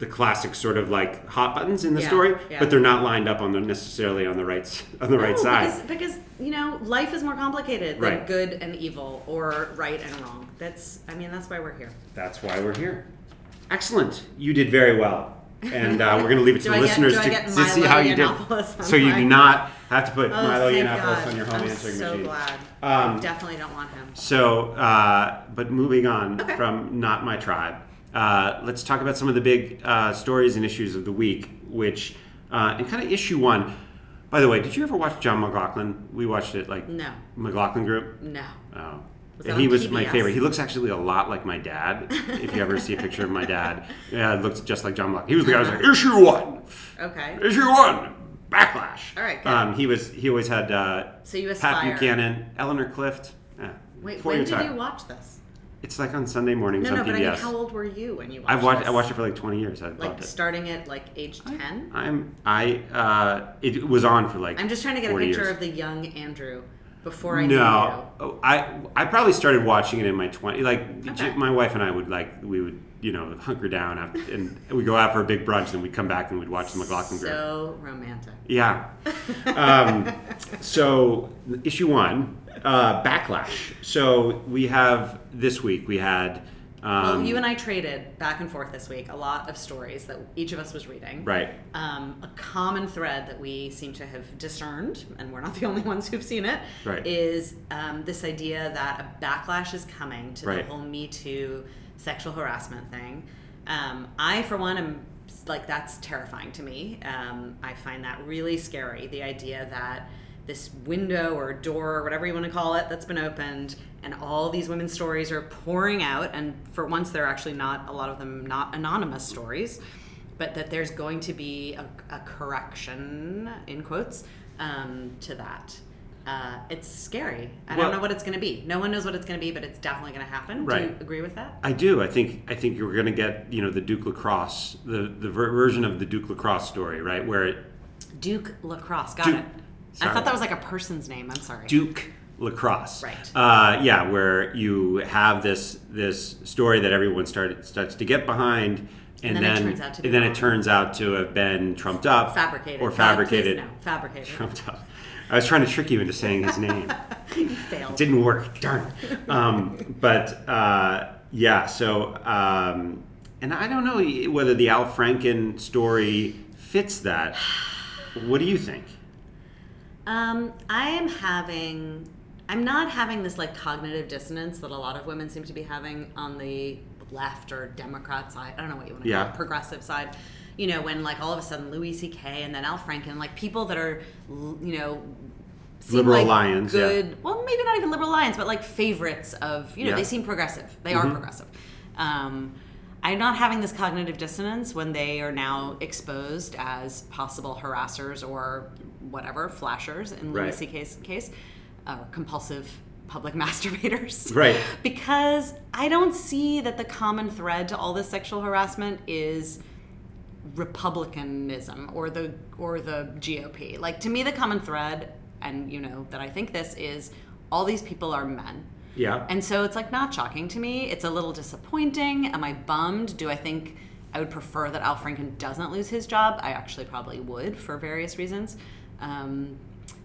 Speaker 2: the classic sort of like hot buttons in the
Speaker 1: Yeah,
Speaker 2: story,
Speaker 1: yeah.
Speaker 2: but they're not lined up on the necessarily on the right s- on the right
Speaker 1: No,
Speaker 2: side.
Speaker 1: Because, because you know, life is more complicated than
Speaker 2: Right.
Speaker 1: good and evil or right and wrong. That's I mean, that's why we're here.
Speaker 2: That's why we're here. Excellent, you did very well, and uh, we're going to leave it to
Speaker 1: Do
Speaker 2: the
Speaker 1: I get-
Speaker 2: listeners
Speaker 1: do I
Speaker 2: to,
Speaker 1: get
Speaker 2: to
Speaker 1: Milo
Speaker 2: see how you did.
Speaker 1: Yiannopoulos on
Speaker 2: So you do
Speaker 1: mine?
Speaker 2: not have to put Milo
Speaker 1: Oh, thank
Speaker 2: Yiannopoulos
Speaker 1: God.
Speaker 2: on your home
Speaker 1: I'm
Speaker 2: answering
Speaker 1: so
Speaker 2: machine.
Speaker 1: glad.
Speaker 2: Um,
Speaker 1: Definitely don't want him.
Speaker 2: So, uh, but moving on
Speaker 1: Okay.
Speaker 2: from not my tribe, uh, let's talk about some of the big uh, stories and issues of the week, which, uh, and kind of issue one. By the way, did you ever watch John McLaughlin? We watched it like
Speaker 1: No.
Speaker 2: McLaughlin Group.
Speaker 1: No.
Speaker 2: Oh.
Speaker 1: Was that
Speaker 2: he
Speaker 1: on
Speaker 2: was my
Speaker 1: PBS?
Speaker 2: favorite. He looks actually a lot like my dad. If you ever see a picture of my dad, yeah, it looks just like John McLaughlin. He was the guy who was like, issue one,
Speaker 1: Okay.
Speaker 2: issue one, backlash.
Speaker 1: All right, good.
Speaker 2: Um, he was. He always had uh,
Speaker 1: So you
Speaker 2: Pat
Speaker 1: aspire.
Speaker 2: Buchanan, Eleanor Clift. eh,
Speaker 1: Wait,
Speaker 2: for
Speaker 1: when
Speaker 2: your
Speaker 1: did
Speaker 2: time.
Speaker 1: you watch this?
Speaker 2: It's like on Sunday mornings
Speaker 1: No, no,
Speaker 2: on
Speaker 1: but I mean, how
Speaker 2: PBS.
Speaker 1: old were you when you watched?
Speaker 2: I've watched.
Speaker 1: This?
Speaker 2: I watched it for like 20 years. I
Speaker 1: like
Speaker 2: loved it.
Speaker 1: starting at like age ten.
Speaker 2: I'm. I. Uh, it was on for like.
Speaker 1: I'm just trying to get a
Speaker 2: 40
Speaker 1: picture
Speaker 2: years.
Speaker 1: of the young Andrew before I knew you.
Speaker 2: no, Oh, I I probably started watching it in my 20s. Like j-
Speaker 1: Okay.
Speaker 2: my wife and I would like we would you know hunker down after, and we go out for a big brunch, and we'd come back and we'd watch the McLaughlin Group.
Speaker 1: So romantic.
Speaker 2: Yeah. Um, so issue one, uh, backlash. So we have this week we had. Um,
Speaker 1: well, you and I traded back and forth this week a lot of stories that each of us was reading.
Speaker 2: right.
Speaker 1: Um, a common thread that we seem to have discerned, and we're not the only ones who've seen it, is
Speaker 2: Right.
Speaker 1: um, this idea that a backlash is coming to
Speaker 2: Right.
Speaker 1: the whole Me Too sexual harassment thing. Um, I, for one, am like, that's terrifying to me. Um, I find that really scary the idea that this window or door or whatever you want to call it that's been opened and all these women's stories are pouring out and for once they're actually not a lot of them not anonymous stories but that there's going to be a, a correction in quotes um, to that uh, it's scary i
Speaker 2: Well-
Speaker 1: don't know what it's going to be no one knows what it's going to be but it's definitely going to happen do you
Speaker 2: Right.
Speaker 1: agree with that
Speaker 2: I do. I think I think you're going to get you know the Duke lacrosse the the ver- version of the Duke lacrosse story right where it
Speaker 1: duke lacrosse got
Speaker 2: Duke-
Speaker 1: it i
Speaker 2: Sorry.
Speaker 1: thought that was like a person's name i'm sorry
Speaker 2: Duke lacrosse
Speaker 1: Right.
Speaker 2: uh, yeah where you have this this story that everyone started starts to get behind and,
Speaker 1: then it turns out to be
Speaker 2: and then
Speaker 1: wrong.
Speaker 2: it turns out to have been trumped up
Speaker 1: fabricated
Speaker 2: or
Speaker 1: God, please,
Speaker 2: fabricated
Speaker 1: no. fabricated
Speaker 2: trumped up I was trying to trick you into saying his name
Speaker 1: you failed
Speaker 2: It didn't work. Darn. Um, but uh, yeah, so um, and I don't know whether the Al Franken story fits that. What do you think?
Speaker 1: Um, I am having, I'm not having this like cognitive dissonance that a lot of women seem to be having on the left or Democrat side. I don't know what you want to
Speaker 2: Yeah.
Speaker 1: call it, progressive side. You know, when like all of a sudden Louis C.K. and then Al Franken, like people that are, l- you know, seem
Speaker 2: Liberal
Speaker 1: like
Speaker 2: lions, yeah.
Speaker 1: good. Well, maybe not even liberal lions, but like favorites of, you know,
Speaker 2: Yeah. Mm-hmm.
Speaker 1: they seem progressive. They are progressive. Um, I'm not having this cognitive dissonance when they are now exposed as possible harassers or whatever flashers in Louis
Speaker 2: Right.
Speaker 1: C.K.'s case, uh, compulsive public masturbators.
Speaker 2: Right.
Speaker 1: because I don't see that the common thread to all this sexual harassment is republicanism or the or the GOP. Like to me the common thread and you know that I think this is all these people are men.
Speaker 2: Yeah.
Speaker 1: And so it's like not shocking to me. It's a little disappointing. Am I bummed? Do I think I would prefer that Al Franken doesn't lose his job? I actually probably would for various reasons. Um,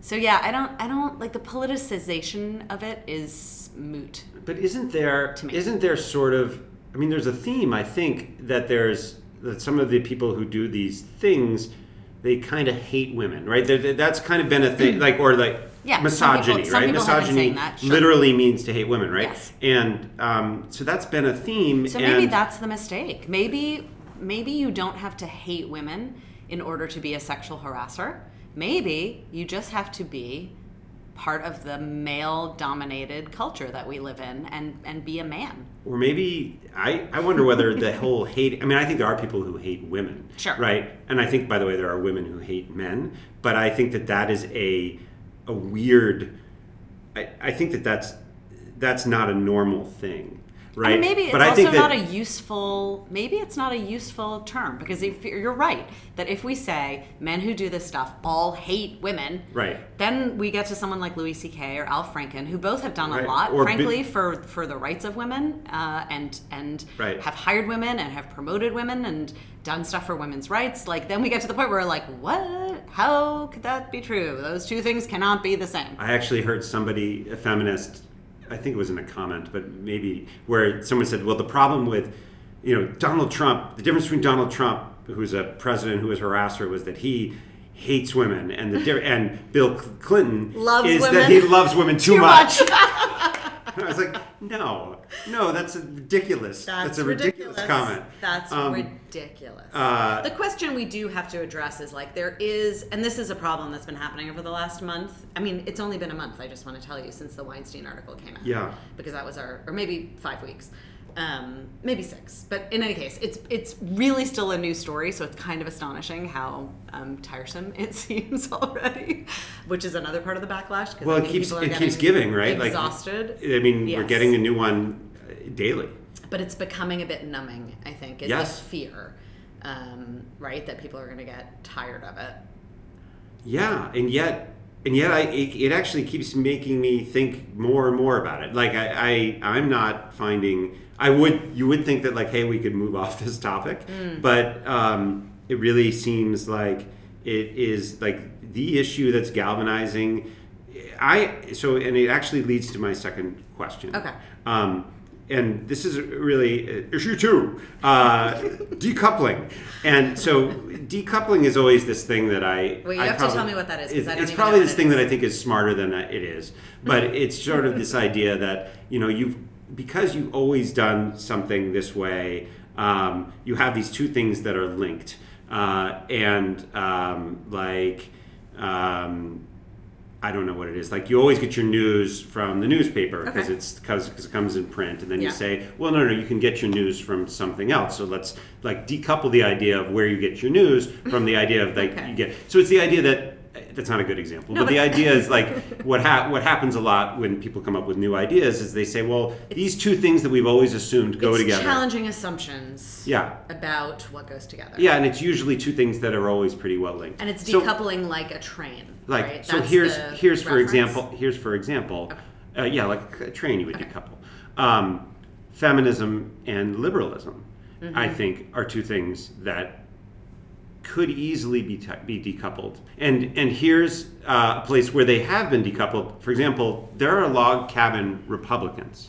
Speaker 1: so yeah, I don't I don't like the politicization of it is moot.
Speaker 2: But isn't there
Speaker 1: To me.
Speaker 2: not there sort of I mean there's a theme I think that there's that some of the people who do these things they kind of hate women, right? They're, they- that's kind of been a thing, like or like
Speaker 1: Mm. Yeah, some
Speaker 2: misogyny,
Speaker 1: people- some
Speaker 2: right?
Speaker 1: people have been
Speaker 2: misogyny
Speaker 1: saying that, sure.
Speaker 2: literally means to hate women, right?
Speaker 1: Yes.
Speaker 2: And um, so that's been a theme.
Speaker 1: So maybe
Speaker 2: and-
Speaker 1: that's the mistake. Maybe maybe you don't have to hate women in order to be a sexual harasser. Maybe you just have to be part of the male dominated culture that we live in and and be a man.
Speaker 2: or maybe I, I wonder whether the whole hate i mean i think there are people who hate women
Speaker 1: Sure.
Speaker 2: right and i think by the way there are women who hate men but i think that that is a a weird i, I think that that's that's not a normal thing
Speaker 1: I
Speaker 2: right
Speaker 1: mean, maybe it's
Speaker 2: but
Speaker 1: also
Speaker 2: i think
Speaker 1: not
Speaker 2: that
Speaker 1: a useful. Maybe it's not a useful term because if you're you're right that if we say men who do this stuff all hate women,
Speaker 2: Right.
Speaker 1: Then we get to someone like Louis C.K. or Al Franken who both have done a
Speaker 2: Right.
Speaker 1: lot,
Speaker 2: Or bi-
Speaker 1: frankly, for for the rights of women uh, and and
Speaker 2: Right.
Speaker 1: have hired women and have promoted women and done stuff for women's rights. Like then we get to the point where we're like, what? How could that be true? Those two things cannot be the same.
Speaker 2: i actually heard somebody a feminist i think it was in a comment but maybe where someone said well the problem with you know donald trump the difference between donald trump who's a president who is a harasser was that he hates women and the di- and bill clinton
Speaker 1: Loves
Speaker 2: is
Speaker 1: women.
Speaker 2: that he loves women too, much,
Speaker 1: much.
Speaker 2: And i was like no no that's ridiculous that's, a ridiculous, comment
Speaker 1: That's
Speaker 2: Um,
Speaker 1: ridiculous.
Speaker 2: uh,
Speaker 1: the question we do have to address is like there is, and this is a problem that's been happening over the last month. I mean, it's only been a month. I just want to tell you since the Weinstein article came out.
Speaker 2: Yeah.
Speaker 1: because that was our, or maybe five weeks. Um, maybe six, but in any case, it's it's really still a new story, so it's kind of astonishing how um, tiresome it seems already, which is another part of the backlash. 'cause I
Speaker 2: well it
Speaker 1: think
Speaker 2: keeps
Speaker 1: people are
Speaker 2: it keeps
Speaker 1: getting
Speaker 2: giving right
Speaker 1: exhausted.
Speaker 2: like i mean
Speaker 1: Yes.
Speaker 2: we're getting a new one uh, daily.
Speaker 1: but it's becoming a bit numbing i think is
Speaker 2: Yes.
Speaker 1: the fear um, right that people are going to get tired of it
Speaker 2: Yeah, and yet, and yet, I it, it actually keeps making me think more and more about it. Like I, I I'm not finding. I would you would think that like hey we could move off this topic, but um, it really seems like it is like the issue that's galvanizing. I so and it actually leads to my second question.
Speaker 1: Okay.
Speaker 2: Um, and this is really uh, issue two uh, decoupling. And so decoupling is always this thing that I.
Speaker 1: Wait, you
Speaker 2: I
Speaker 1: have to tell me what that is, 'cause
Speaker 2: It's,
Speaker 1: I don't
Speaker 2: it's
Speaker 1: even
Speaker 2: probably
Speaker 1: know what
Speaker 2: this
Speaker 1: it
Speaker 2: thing that
Speaker 1: is.
Speaker 2: I think is smarter than it is. But it's sort of this idea that, you know, you've. Because you've always done something this way, um, you have these two things that are linked. Uh, and, um, like, um, I don't know what it is. Like you always get your news from the newspaper because
Speaker 1: Okay.
Speaker 2: it's because it comes in print, and then
Speaker 1: Yeah.
Speaker 2: you say, well, no, no, you can get your news from something else. So let's like decouple the idea of where you get your news from the idea of like
Speaker 1: Okay.
Speaker 2: you get. So it's the idea that that's not a good example,
Speaker 1: No,
Speaker 2: but, the
Speaker 1: but-
Speaker 2: idea is like what ha- what happens a lot when people come up with new ideas is they say, well, these two things that we've always assumed go
Speaker 1: it's
Speaker 2: together.
Speaker 1: challenging assumptions
Speaker 2: Yeah,
Speaker 1: about what goes together
Speaker 2: yeah, and it's usually two things that are always pretty well linked.
Speaker 1: and it's
Speaker 2: So-
Speaker 1: decoupling like a train
Speaker 2: like
Speaker 1: right?
Speaker 2: so
Speaker 1: That's
Speaker 2: here's
Speaker 1: the
Speaker 2: here's for
Speaker 1: reference.
Speaker 2: example here's for example uh, yeah like a train you would decouple um, feminism and liberalism i
Speaker 1: Mm-hmm.
Speaker 2: think are two things that could easily be, t- be decoupled and and here's uh, a place where they have been decoupled for example there are log cabin republicans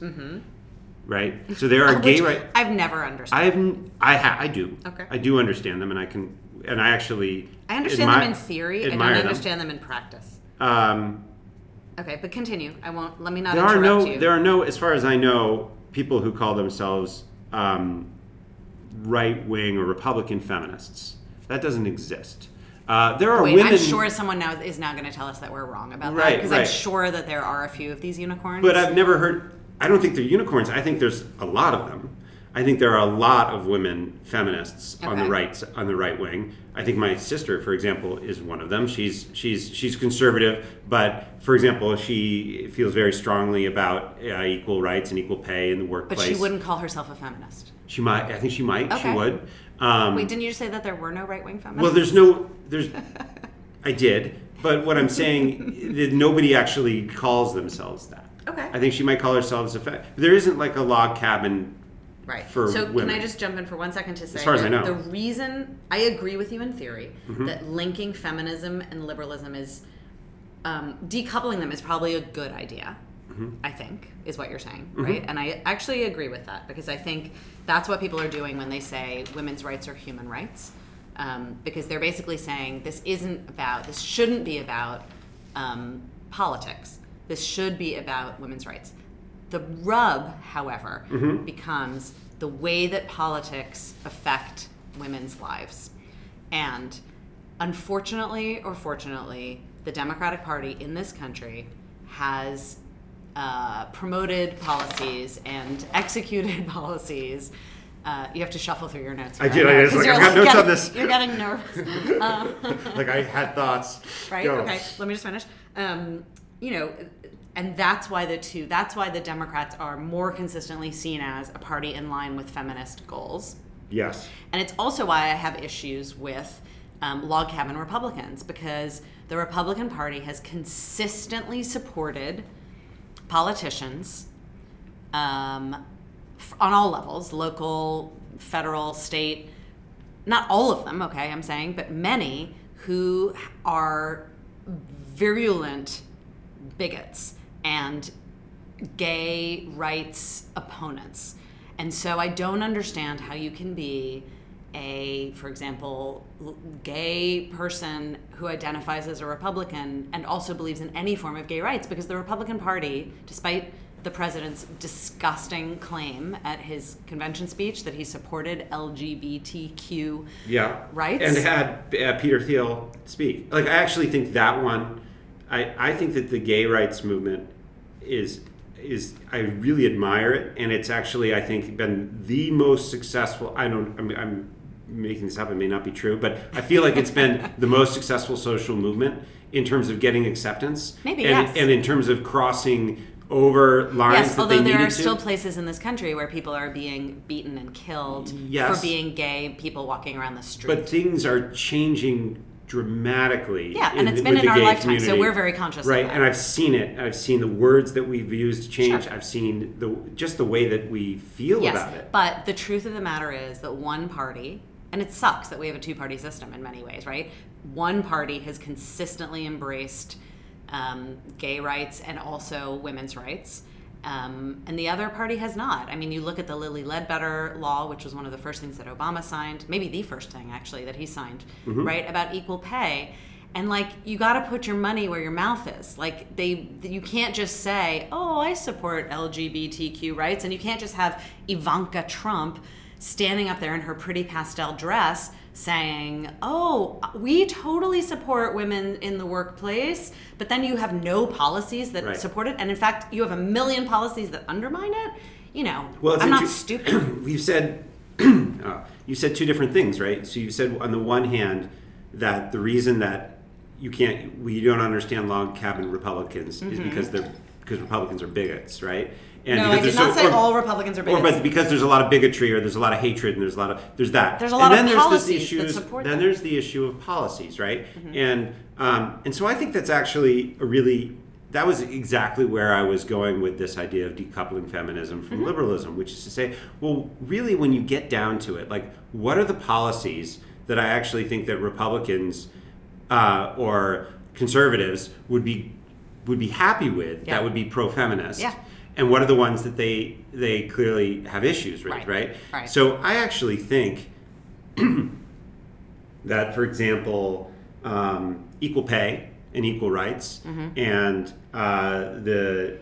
Speaker 2: right so there are gay
Speaker 1: Mm-hmm. Which
Speaker 2: right
Speaker 1: i've never understood
Speaker 2: i have n- i ha- i do
Speaker 1: Okay.
Speaker 2: i do understand them and i can and i actually
Speaker 1: i understand
Speaker 2: admi-
Speaker 1: them in theory i don't
Speaker 2: admire them.
Speaker 1: understand them in practice
Speaker 2: um,
Speaker 1: okay but continue i won't let me not
Speaker 2: there are
Speaker 1: interrupt
Speaker 2: no
Speaker 1: you
Speaker 2: there are no as far as i know people who call themselves um, right wing or republican feminists that doesn't exist uh, there are
Speaker 1: Wait,
Speaker 2: women
Speaker 1: I'm sure someone now is now going to tell us that we're wrong about that
Speaker 2: Right,
Speaker 1: because I'm
Speaker 2: right.
Speaker 1: sure that there are a few of these unicorns.
Speaker 2: but i've never heard i don't think they're unicorns i think there's a lot of them i think there are a lot of women feminists on the
Speaker 1: Okay.
Speaker 2: right on the right wing i think my sister for example is one of them she's she's she's conservative but for example she feels very strongly about uh, equal rights and equal pay in the
Speaker 1: But
Speaker 2: workplace
Speaker 1: she wouldn't call herself a feminist.
Speaker 2: She might. I think she might. She
Speaker 1: Okay.
Speaker 2: would. Um,
Speaker 1: Wait, didn't you just say that there were no right wing feminists?
Speaker 2: well, there's no. There's. I did, but what I'm saying that nobody actually calls themselves that.
Speaker 1: Okay.
Speaker 2: I think she might call herself a. Fe- there isn't like a log cabin.
Speaker 1: Right.
Speaker 2: for
Speaker 1: so can I
Speaker 2: women.
Speaker 1: just jump in for one second to say
Speaker 2: far as
Speaker 1: that
Speaker 2: I know. Mm-hmm.
Speaker 1: the reason I agree with you in theory that linking feminism and liberalism is um, decoupling them is probably a good idea. I think is what you're saying, right? And I actually agree with that because I think that's what people are doing when they say women's rights are human rights, um, because they're basically saying this isn't about, this shouldn't be about um, politics. This should be about women's rights. The rub, however, becomes the way that politics affect women's lives. And unfortunately or fortunately, the Democratic Party in this country has uh, promoted policies and executed policies. Uh, you have to shuffle through your notes.
Speaker 2: I
Speaker 1: here,
Speaker 2: did, I
Speaker 1: know,
Speaker 2: was
Speaker 1: 'cause
Speaker 2: like,
Speaker 1: you're
Speaker 2: I've got notes on
Speaker 1: getting-
Speaker 2: this.
Speaker 1: You're getting nervous. Um,
Speaker 2: Like I had thoughts.
Speaker 1: right?
Speaker 2: Go.
Speaker 1: Okay, let me just finish. Um, you know, and that's why the two, that's why the Democrats are more consistently seen as a party in line with feminist goals.
Speaker 2: Yes.
Speaker 1: And it's also why I have issues with um, log cabin Republicans because the Republican Party has consistently supported politicians um, f- on all levels local, federal, state. Not all of them, okay, I'm saying, but many who are virulent bigots and gay rights opponents. And so I don't understand how you can be a, for example, l- gay person who identifies as a Republican and also believes in any form of gay rights because the Republican Party, despite the president's disgusting claim at his convention speech that he supported LGBTQ
Speaker 2: Yeah.
Speaker 1: Rights?
Speaker 2: And had uh, Peter Thiel speak. Like I actually think that one. I I think that the gay rights movement is is I really admire it, and it's actually I think been the most successful. I don't. I'm. I'm making this up it may not be true but i feel like it's been the most successful social movement in terms of getting acceptance
Speaker 1: Maybe,
Speaker 2: and,
Speaker 1: yes.
Speaker 2: and in terms of crossing over lines
Speaker 1: Yes,
Speaker 2: that
Speaker 1: although
Speaker 2: they
Speaker 1: there
Speaker 2: needed
Speaker 1: are still
Speaker 2: to.
Speaker 1: places in this country where people are being beaten and killed
Speaker 2: Yes.
Speaker 1: for being gay, people walking around the street.
Speaker 2: but things are changing dramatically.
Speaker 1: yeah, and
Speaker 2: in-
Speaker 1: it's been
Speaker 2: with
Speaker 1: in
Speaker 2: the
Speaker 1: our
Speaker 2: gay
Speaker 1: lifetime, so
Speaker 2: community.
Speaker 1: we're very conscious
Speaker 2: right
Speaker 1: of that.
Speaker 2: and i've seen it i've seen the words that we've used change
Speaker 1: Sure.
Speaker 2: i've seen the just the way that we feel
Speaker 1: yes,
Speaker 2: about it
Speaker 1: but the truth of the matter is that one party, and it sucks that we have a two-party system in many ways, right? One party has consistently embraced um, gay rights and also women's rights. Um, and the other party has not. I mean, you look at the Lilly Ledbetter law, which was one of the first things that Obama signed, maybe the first thing actually that he signed,
Speaker 2: Mm-hmm.
Speaker 1: right, about equal pay and like you got to put your money where your mouth is like they you can't just say oh i support lgbtq rights and you can't just have ivanka trump standing up there in her pretty pastel dress saying oh we totally support women in the workplace but then you have no policies that
Speaker 2: Right.
Speaker 1: support it and in fact you have a million policies that undermine it you know
Speaker 2: well it's
Speaker 1: i'm not
Speaker 2: inter-
Speaker 1: stupid
Speaker 2: we've said uh, you said two different things right so you said on the one hand that the reason that you can't we don't understand log cabin republicans is because they're because republicans are bigots right and
Speaker 1: Mm-hmm. no i
Speaker 2: because
Speaker 1: did
Speaker 2: they're
Speaker 1: not
Speaker 2: so-
Speaker 1: say
Speaker 2: or-
Speaker 1: all republicans are
Speaker 2: or
Speaker 1: bigots
Speaker 2: but because there's a lot of bigotry or there's a lot of hatred and there's a lot of there's that
Speaker 1: There's a lot
Speaker 2: and
Speaker 1: of
Speaker 2: then there's
Speaker 1: policies
Speaker 2: this
Speaker 1: that
Speaker 2: issue
Speaker 1: support Mm-hmm.
Speaker 2: then
Speaker 1: that.
Speaker 2: there's the issue of policies right and um, and so I think that's actually a really that was exactly where I was going with this idea of decoupling feminism
Speaker 1: Mm-hmm.
Speaker 2: from liberalism which is to say well really when you get down to it like what are the policies that I actually think that Republicans uh, or conservatives would be would be happy with
Speaker 1: Yeah.
Speaker 2: that would be pro-feminist
Speaker 1: Yeah.
Speaker 2: and what are the ones that they they clearly have issues with, right?
Speaker 1: Right, right.
Speaker 2: So I actually think that, for example, um, equal pay and equal rights,
Speaker 1: Mm-hmm.
Speaker 2: and uh, the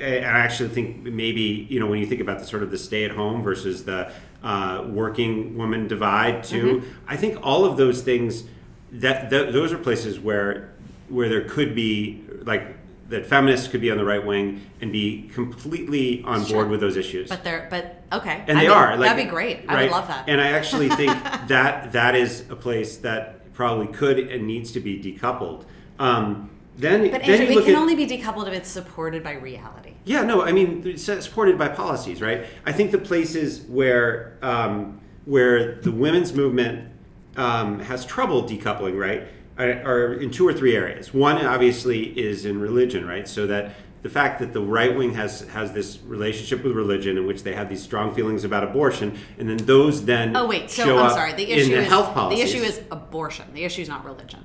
Speaker 2: and I actually think maybe you know when you think about the sort of the stay at home versus the uh, working woman divide too,
Speaker 1: Mm-hmm.
Speaker 2: I think all of those things that th- those are places where where there could be like that feminists could be on the right wing and be completely on
Speaker 1: Sure.
Speaker 2: board with those issues
Speaker 1: but they're but okay
Speaker 2: and
Speaker 1: I
Speaker 2: they
Speaker 1: mean,
Speaker 2: are. Like,
Speaker 1: that'd be great i would
Speaker 2: right?
Speaker 1: love that
Speaker 2: And I actually think that that is a place that probably could and needs to be decoupled. Um, then,
Speaker 1: But
Speaker 2: then
Speaker 1: Andrew,
Speaker 2: you
Speaker 1: it
Speaker 2: look
Speaker 1: can
Speaker 2: at
Speaker 1: only be decoupled if it's supported by reality.
Speaker 2: yeah, no, I mean it's supported by policies, right? I think the places where um, where the women's movement um, has trouble decoupling, right, are- are in two or three areas. One obviously is in religion, right, so that the fact that the right wing has has this relationship with religion in which they have these strong feelings about abortion, and then those then
Speaker 1: Oh wait, so
Speaker 2: show
Speaker 1: I'm
Speaker 2: up
Speaker 1: sorry. The
Speaker 2: in
Speaker 1: issue
Speaker 2: the
Speaker 1: is
Speaker 2: health policies.
Speaker 1: the issue is abortion. The issue is not religion.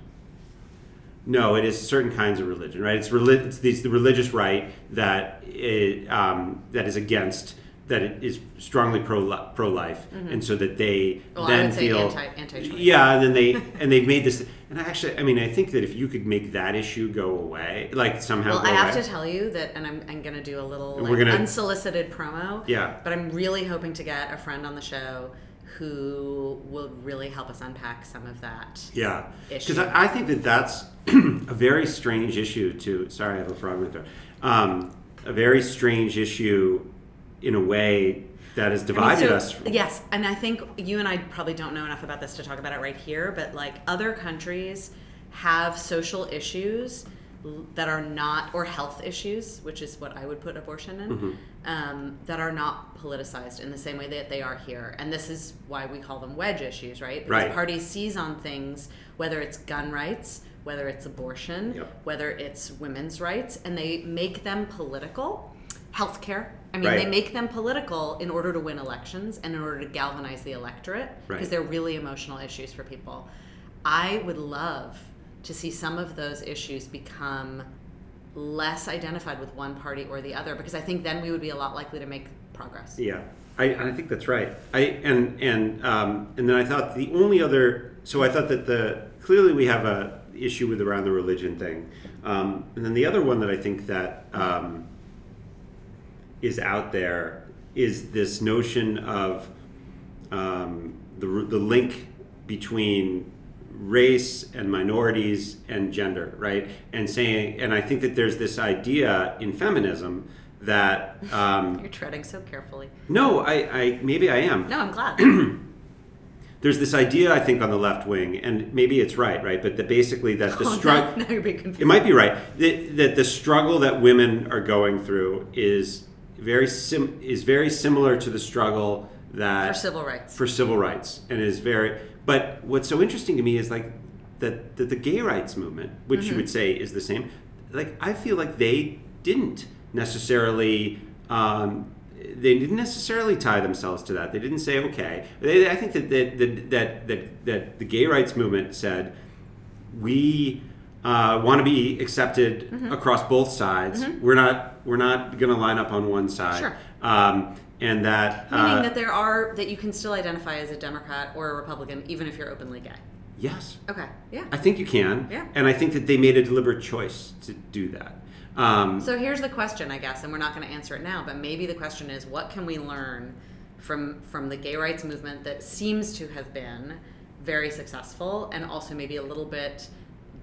Speaker 2: No, it is certain kinds of religion, right? It's, reli- it's these, the religious right that it, um, that is against that it is strongly pro pro life, and so that they
Speaker 1: Mm-hmm. Well, I
Speaker 2: then
Speaker 1: would say
Speaker 2: feel
Speaker 1: anti- anti-choice.
Speaker 2: yeah, and then they and they've made this. And I actually, I mean, I think that if you could make that issue go away, like somehow,
Speaker 1: Well,
Speaker 2: go
Speaker 1: I have
Speaker 2: away,
Speaker 1: to tell you that, and I'm, I'm going to do a little
Speaker 2: We're
Speaker 1: like,
Speaker 2: gonna-
Speaker 1: unsolicited promo.
Speaker 2: Yeah.
Speaker 1: But I'm really hoping to get a friend on the show who will really help us unpack some of that.
Speaker 2: Yeah,
Speaker 1: issue.
Speaker 2: because I, I think that that's a very strange issue. To sorry, I have a frog in my throat. Um, a very strange issue, in a way that has
Speaker 1: I mean,
Speaker 2: divided
Speaker 1: so-
Speaker 2: us.
Speaker 1: Yes, and I think you and I probably don't know enough about this to talk about it right here, but like other countries have social issues l- that are not, or health issues, which is what I would put abortion in,
Speaker 2: Mm-hmm.
Speaker 1: um, that are not politicized in the same way that they are here. And this is why we call them wedge issues, right? Because
Speaker 2: Right.
Speaker 1: parties seize on things, whether it's gun rights, whether it's abortion,
Speaker 2: Yep.
Speaker 1: whether it's women's rights, and they make them political. Healthcare. I mean, they
Speaker 2: Right.
Speaker 1: make make them political in order to win elections and in order to galvanize the electorate because
Speaker 2: Right.
Speaker 1: they're really emotional issues for people. I would love to see some of those issues become less identified with one party or the other because I think then we would be a lot likely to make progress.
Speaker 2: Yeah, I, I think that's right. I and and um, and then I thought the only other. So I thought that the clearly we have a issue with around the religion thing, um, and then the other one that I think that um, is out there is this notion of um, the r- the link between race and minorities and gender, right? And saying, and I think that there's this idea in feminism that. Um,
Speaker 1: You're treading so carefully.
Speaker 2: no, I, I maybe I am.
Speaker 1: No, I'm glad.
Speaker 2: there's this idea I think on the left wing, and maybe it's right, right? But that basically that the
Speaker 1: Oh,
Speaker 2: struggle.
Speaker 1: now, now you're being confused.
Speaker 2: It might be right that, that the struggle that women are going through is very sim- is very similar to the struggle that
Speaker 1: for civil rights.
Speaker 2: for civil rights and is very but what's so interesting to me is like that the, the gay rights movement which
Speaker 1: Mm-hmm.
Speaker 2: you would say is the same like i feel like they didn't necessarily um, they didn't necessarily tie themselves to that they didn't say okay they, i think that that, that that that that the gay rights movement said we uh, want to be accepted
Speaker 1: Mm-hmm.
Speaker 2: across both sides we're not we're not going to line up on one side
Speaker 1: Sure.
Speaker 2: um, and that
Speaker 1: Meaning
Speaker 2: uh,
Speaker 1: that there are that you can still identify as a Democrat or a Republican even if you're openly gay.
Speaker 2: yes
Speaker 1: Okay. Yeah.
Speaker 2: I think you can.
Speaker 1: Yeah.
Speaker 2: And I think that they made a deliberate choice to do that. Um,
Speaker 1: So here's the question, I guess, and we're not going to answer it now, but maybe the question is what can we learn from from the gay rights movement that seems to have been very successful and also maybe a little bit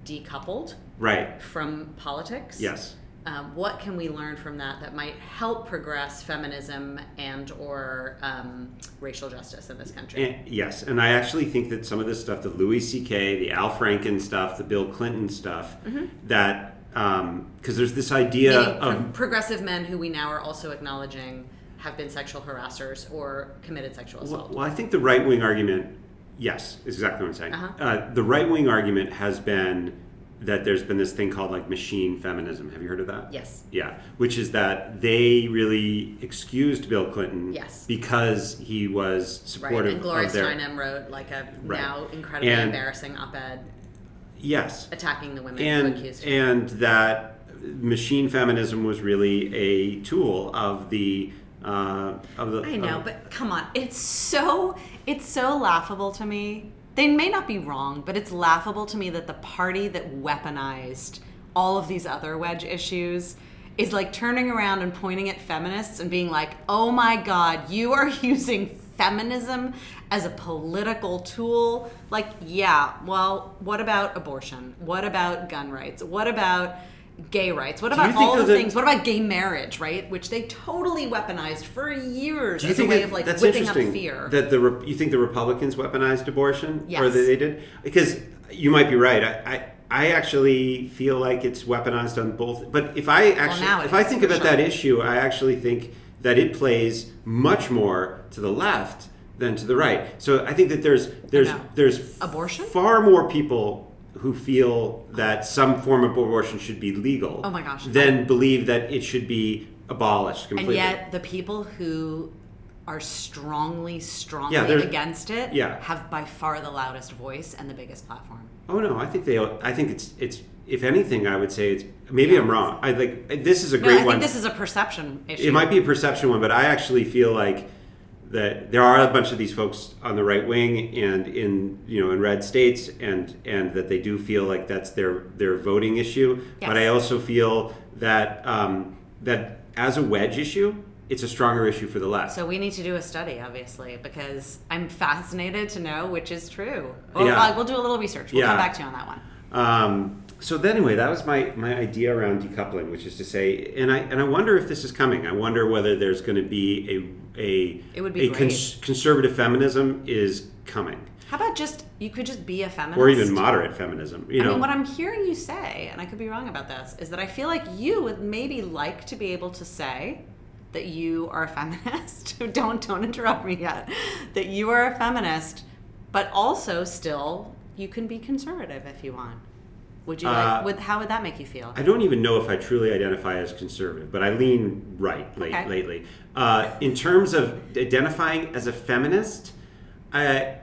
Speaker 1: decoupled
Speaker 2: right.
Speaker 1: from politics?
Speaker 2: Yes.
Speaker 1: Um, what can we learn from that that might help progress feminism and or um, racial justice in this country?
Speaker 2: And, yes. And I actually think that some of the stuff, the Louis C.K., the Al Franken stuff, the Bill Clinton stuff,
Speaker 1: Mm-hmm.
Speaker 2: that because there's this idea
Speaker 1: Meaning pro-
Speaker 2: of
Speaker 1: progressive men who we now are also acknowledging have been sexual harassers or committed sexual
Speaker 2: Well,
Speaker 1: assault.
Speaker 2: well, I think the right wing argument, yes, is exactly what I'm saying.
Speaker 1: Uh-huh.
Speaker 2: Uh, the right wing argument has been that there's been this thing called like machine feminism. Have you heard of that?
Speaker 1: Yes.
Speaker 2: Yeah, which is that they really excused Bill Clinton
Speaker 1: Yes.
Speaker 2: because he was
Speaker 1: Right,
Speaker 2: supportive
Speaker 1: and Gloria
Speaker 2: of their
Speaker 1: Steinem wrote like a
Speaker 2: Right.
Speaker 1: now incredibly
Speaker 2: And-
Speaker 1: embarrassing op-ed
Speaker 2: yes,
Speaker 1: attacking the women who
Speaker 2: and
Speaker 1: accused him.
Speaker 2: and that machine feminism was really a tool of the uh, of the
Speaker 1: I know,
Speaker 2: of-
Speaker 1: but come on, it's so it's so laughable to me. They may not be wrong, but it's laughable to me that the party that weaponized all of these other wedge issues is like turning around and pointing at feminists and being like, "Oh my god, you are using feminism as a political tool." Like, yeah, well, what about abortion? What about gun rights? What about gay rights? What
Speaker 2: you
Speaker 1: about
Speaker 2: think
Speaker 1: all the
Speaker 2: there's a-
Speaker 1: things? What about gay marriage, right? Which they totally weaponized for years
Speaker 2: Do you
Speaker 1: as a
Speaker 2: think
Speaker 1: way
Speaker 2: that-
Speaker 1: of like
Speaker 2: that's
Speaker 1: whipping up
Speaker 2: interesting
Speaker 1: fear.
Speaker 2: that the Re- you think the Republicans weaponized abortion or
Speaker 1: Yes.
Speaker 2: that they did? Because you might be right. I, I I actually feel like it's weaponized on both. But if I actually
Speaker 1: now it
Speaker 2: if I
Speaker 1: is,
Speaker 2: think
Speaker 1: for
Speaker 2: about that
Speaker 1: sure.
Speaker 2: issue, I actually think that it plays much more to the left than to the right. So I think that there's there's
Speaker 1: know.
Speaker 2: there's
Speaker 1: Abortion?
Speaker 2: far more people who feel that some form of abortion should be legal.
Speaker 1: Oh my gosh.
Speaker 2: Than believe that it should be abolished
Speaker 1: and
Speaker 2: completely.
Speaker 1: yet the people who are strongly, strongly
Speaker 2: Yeah, there's-
Speaker 1: against it
Speaker 2: yeah.
Speaker 1: have by far the loudest voice and the biggest platform.
Speaker 2: Oh no, I think they. I think it's it's. If anything, I would say it's. Maybe I'm wrong. I like this is a
Speaker 1: No, I
Speaker 2: great
Speaker 1: think
Speaker 2: one.
Speaker 1: this is a perception issue.
Speaker 2: it might be a perception one, but I actually feel like that there are a bunch of these folks on the right wing and in you know in red states and and that they do feel like that's their their voting issue. But I
Speaker 1: Yes.
Speaker 2: also feel that um, that as a wedge issue, it's a stronger issue for the left.
Speaker 1: so we need to do a study, obviously, because I'm fascinated to know which is true. Well,
Speaker 2: Yeah.
Speaker 1: uh, we'll do a little research. We'll
Speaker 2: Yeah.
Speaker 1: come back to you on that one.
Speaker 2: Um, so then anyway, that was my, my idea around decoupling, which is to say, and I and I wonder if this is coming. I wonder whether there's going to be a a
Speaker 1: It would
Speaker 2: a
Speaker 1: be
Speaker 2: cons- conservative feminism is coming,
Speaker 1: How about just you could just be a feminist,
Speaker 2: or even moderate feminism. You know,
Speaker 1: I mean, what I'm hearing you say, and I could be wrong about this, is that I feel like you would maybe like to be able to say that you are a feminist. don't don't interrupt me yet. That you are a feminist, but also still you can be conservative if you want. Would you
Speaker 2: Uh,
Speaker 1: like? Would how would that make you feel?
Speaker 2: I don't even know if I truly identify as conservative, but I lean right late,
Speaker 1: Okay.
Speaker 2: lately. Uh, in terms of identifying as a feminist, I, I,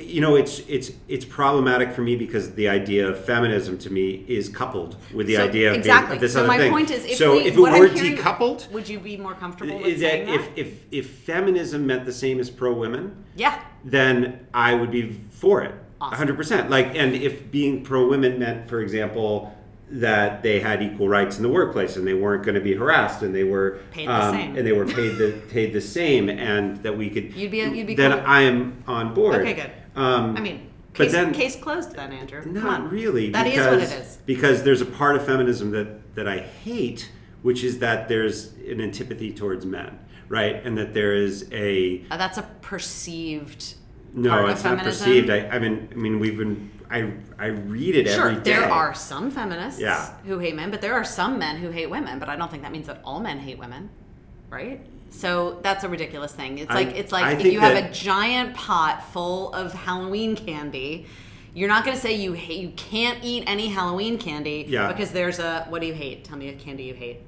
Speaker 2: you know, it's it's it's problematic for me because the idea of feminism to me is coupled with the
Speaker 1: So-
Speaker 2: idea of, being-
Speaker 1: exactly.
Speaker 2: of this
Speaker 1: so
Speaker 2: other
Speaker 1: my
Speaker 2: thing.
Speaker 1: point is, if
Speaker 2: so
Speaker 1: we,
Speaker 2: if it
Speaker 1: what I'm
Speaker 2: were
Speaker 1: hearing-
Speaker 2: decoupled,
Speaker 1: would you be more comfortable with
Speaker 2: is that
Speaker 1: saying
Speaker 2: if, if if feminism meant the same as pro women,
Speaker 1: yeah,
Speaker 2: then I would be for it.
Speaker 1: Awesome.
Speaker 2: 100%. Like, and if being pro women meant, for example, that they had equal rights in the workplace and they weren't going to be harassed and they were um,
Speaker 1: Paid the same.
Speaker 2: and they were paid the paid the same and that we could
Speaker 1: You'd be- you'd be
Speaker 2: then
Speaker 1: cool.
Speaker 2: I am on board.
Speaker 1: Okay, good.
Speaker 2: Um,
Speaker 1: I mean,
Speaker 2: But
Speaker 1: case,
Speaker 2: then-
Speaker 1: case closed then, Andrew. Come on.
Speaker 2: not really.
Speaker 1: That is
Speaker 2: because,
Speaker 1: what it is.
Speaker 2: Because there's a part of feminism that that I hate, which is that there's an antipathy towards men, right? And that there is a
Speaker 1: Uh, that's a perceived
Speaker 2: No,
Speaker 1: part of
Speaker 2: it's not
Speaker 1: feminism?
Speaker 2: perceived. I, I mean, I mean, we've been. I I read it
Speaker 1: Sure,
Speaker 2: every day.
Speaker 1: there are some feminists
Speaker 2: Yeah.
Speaker 1: who hate men, but there are some men who hate women. But I don't think that means that all men hate women, right? So that's a ridiculous thing. It's
Speaker 2: I-
Speaker 1: like it's
Speaker 2: I
Speaker 1: like if
Speaker 2: think
Speaker 1: you have a
Speaker 2: that-
Speaker 1: giant pot full of Halloween candy, you're not going to say you hate you can't eat any Halloween candy
Speaker 2: Yeah.
Speaker 1: because there's a what do you hate? Tell me a candy you hate.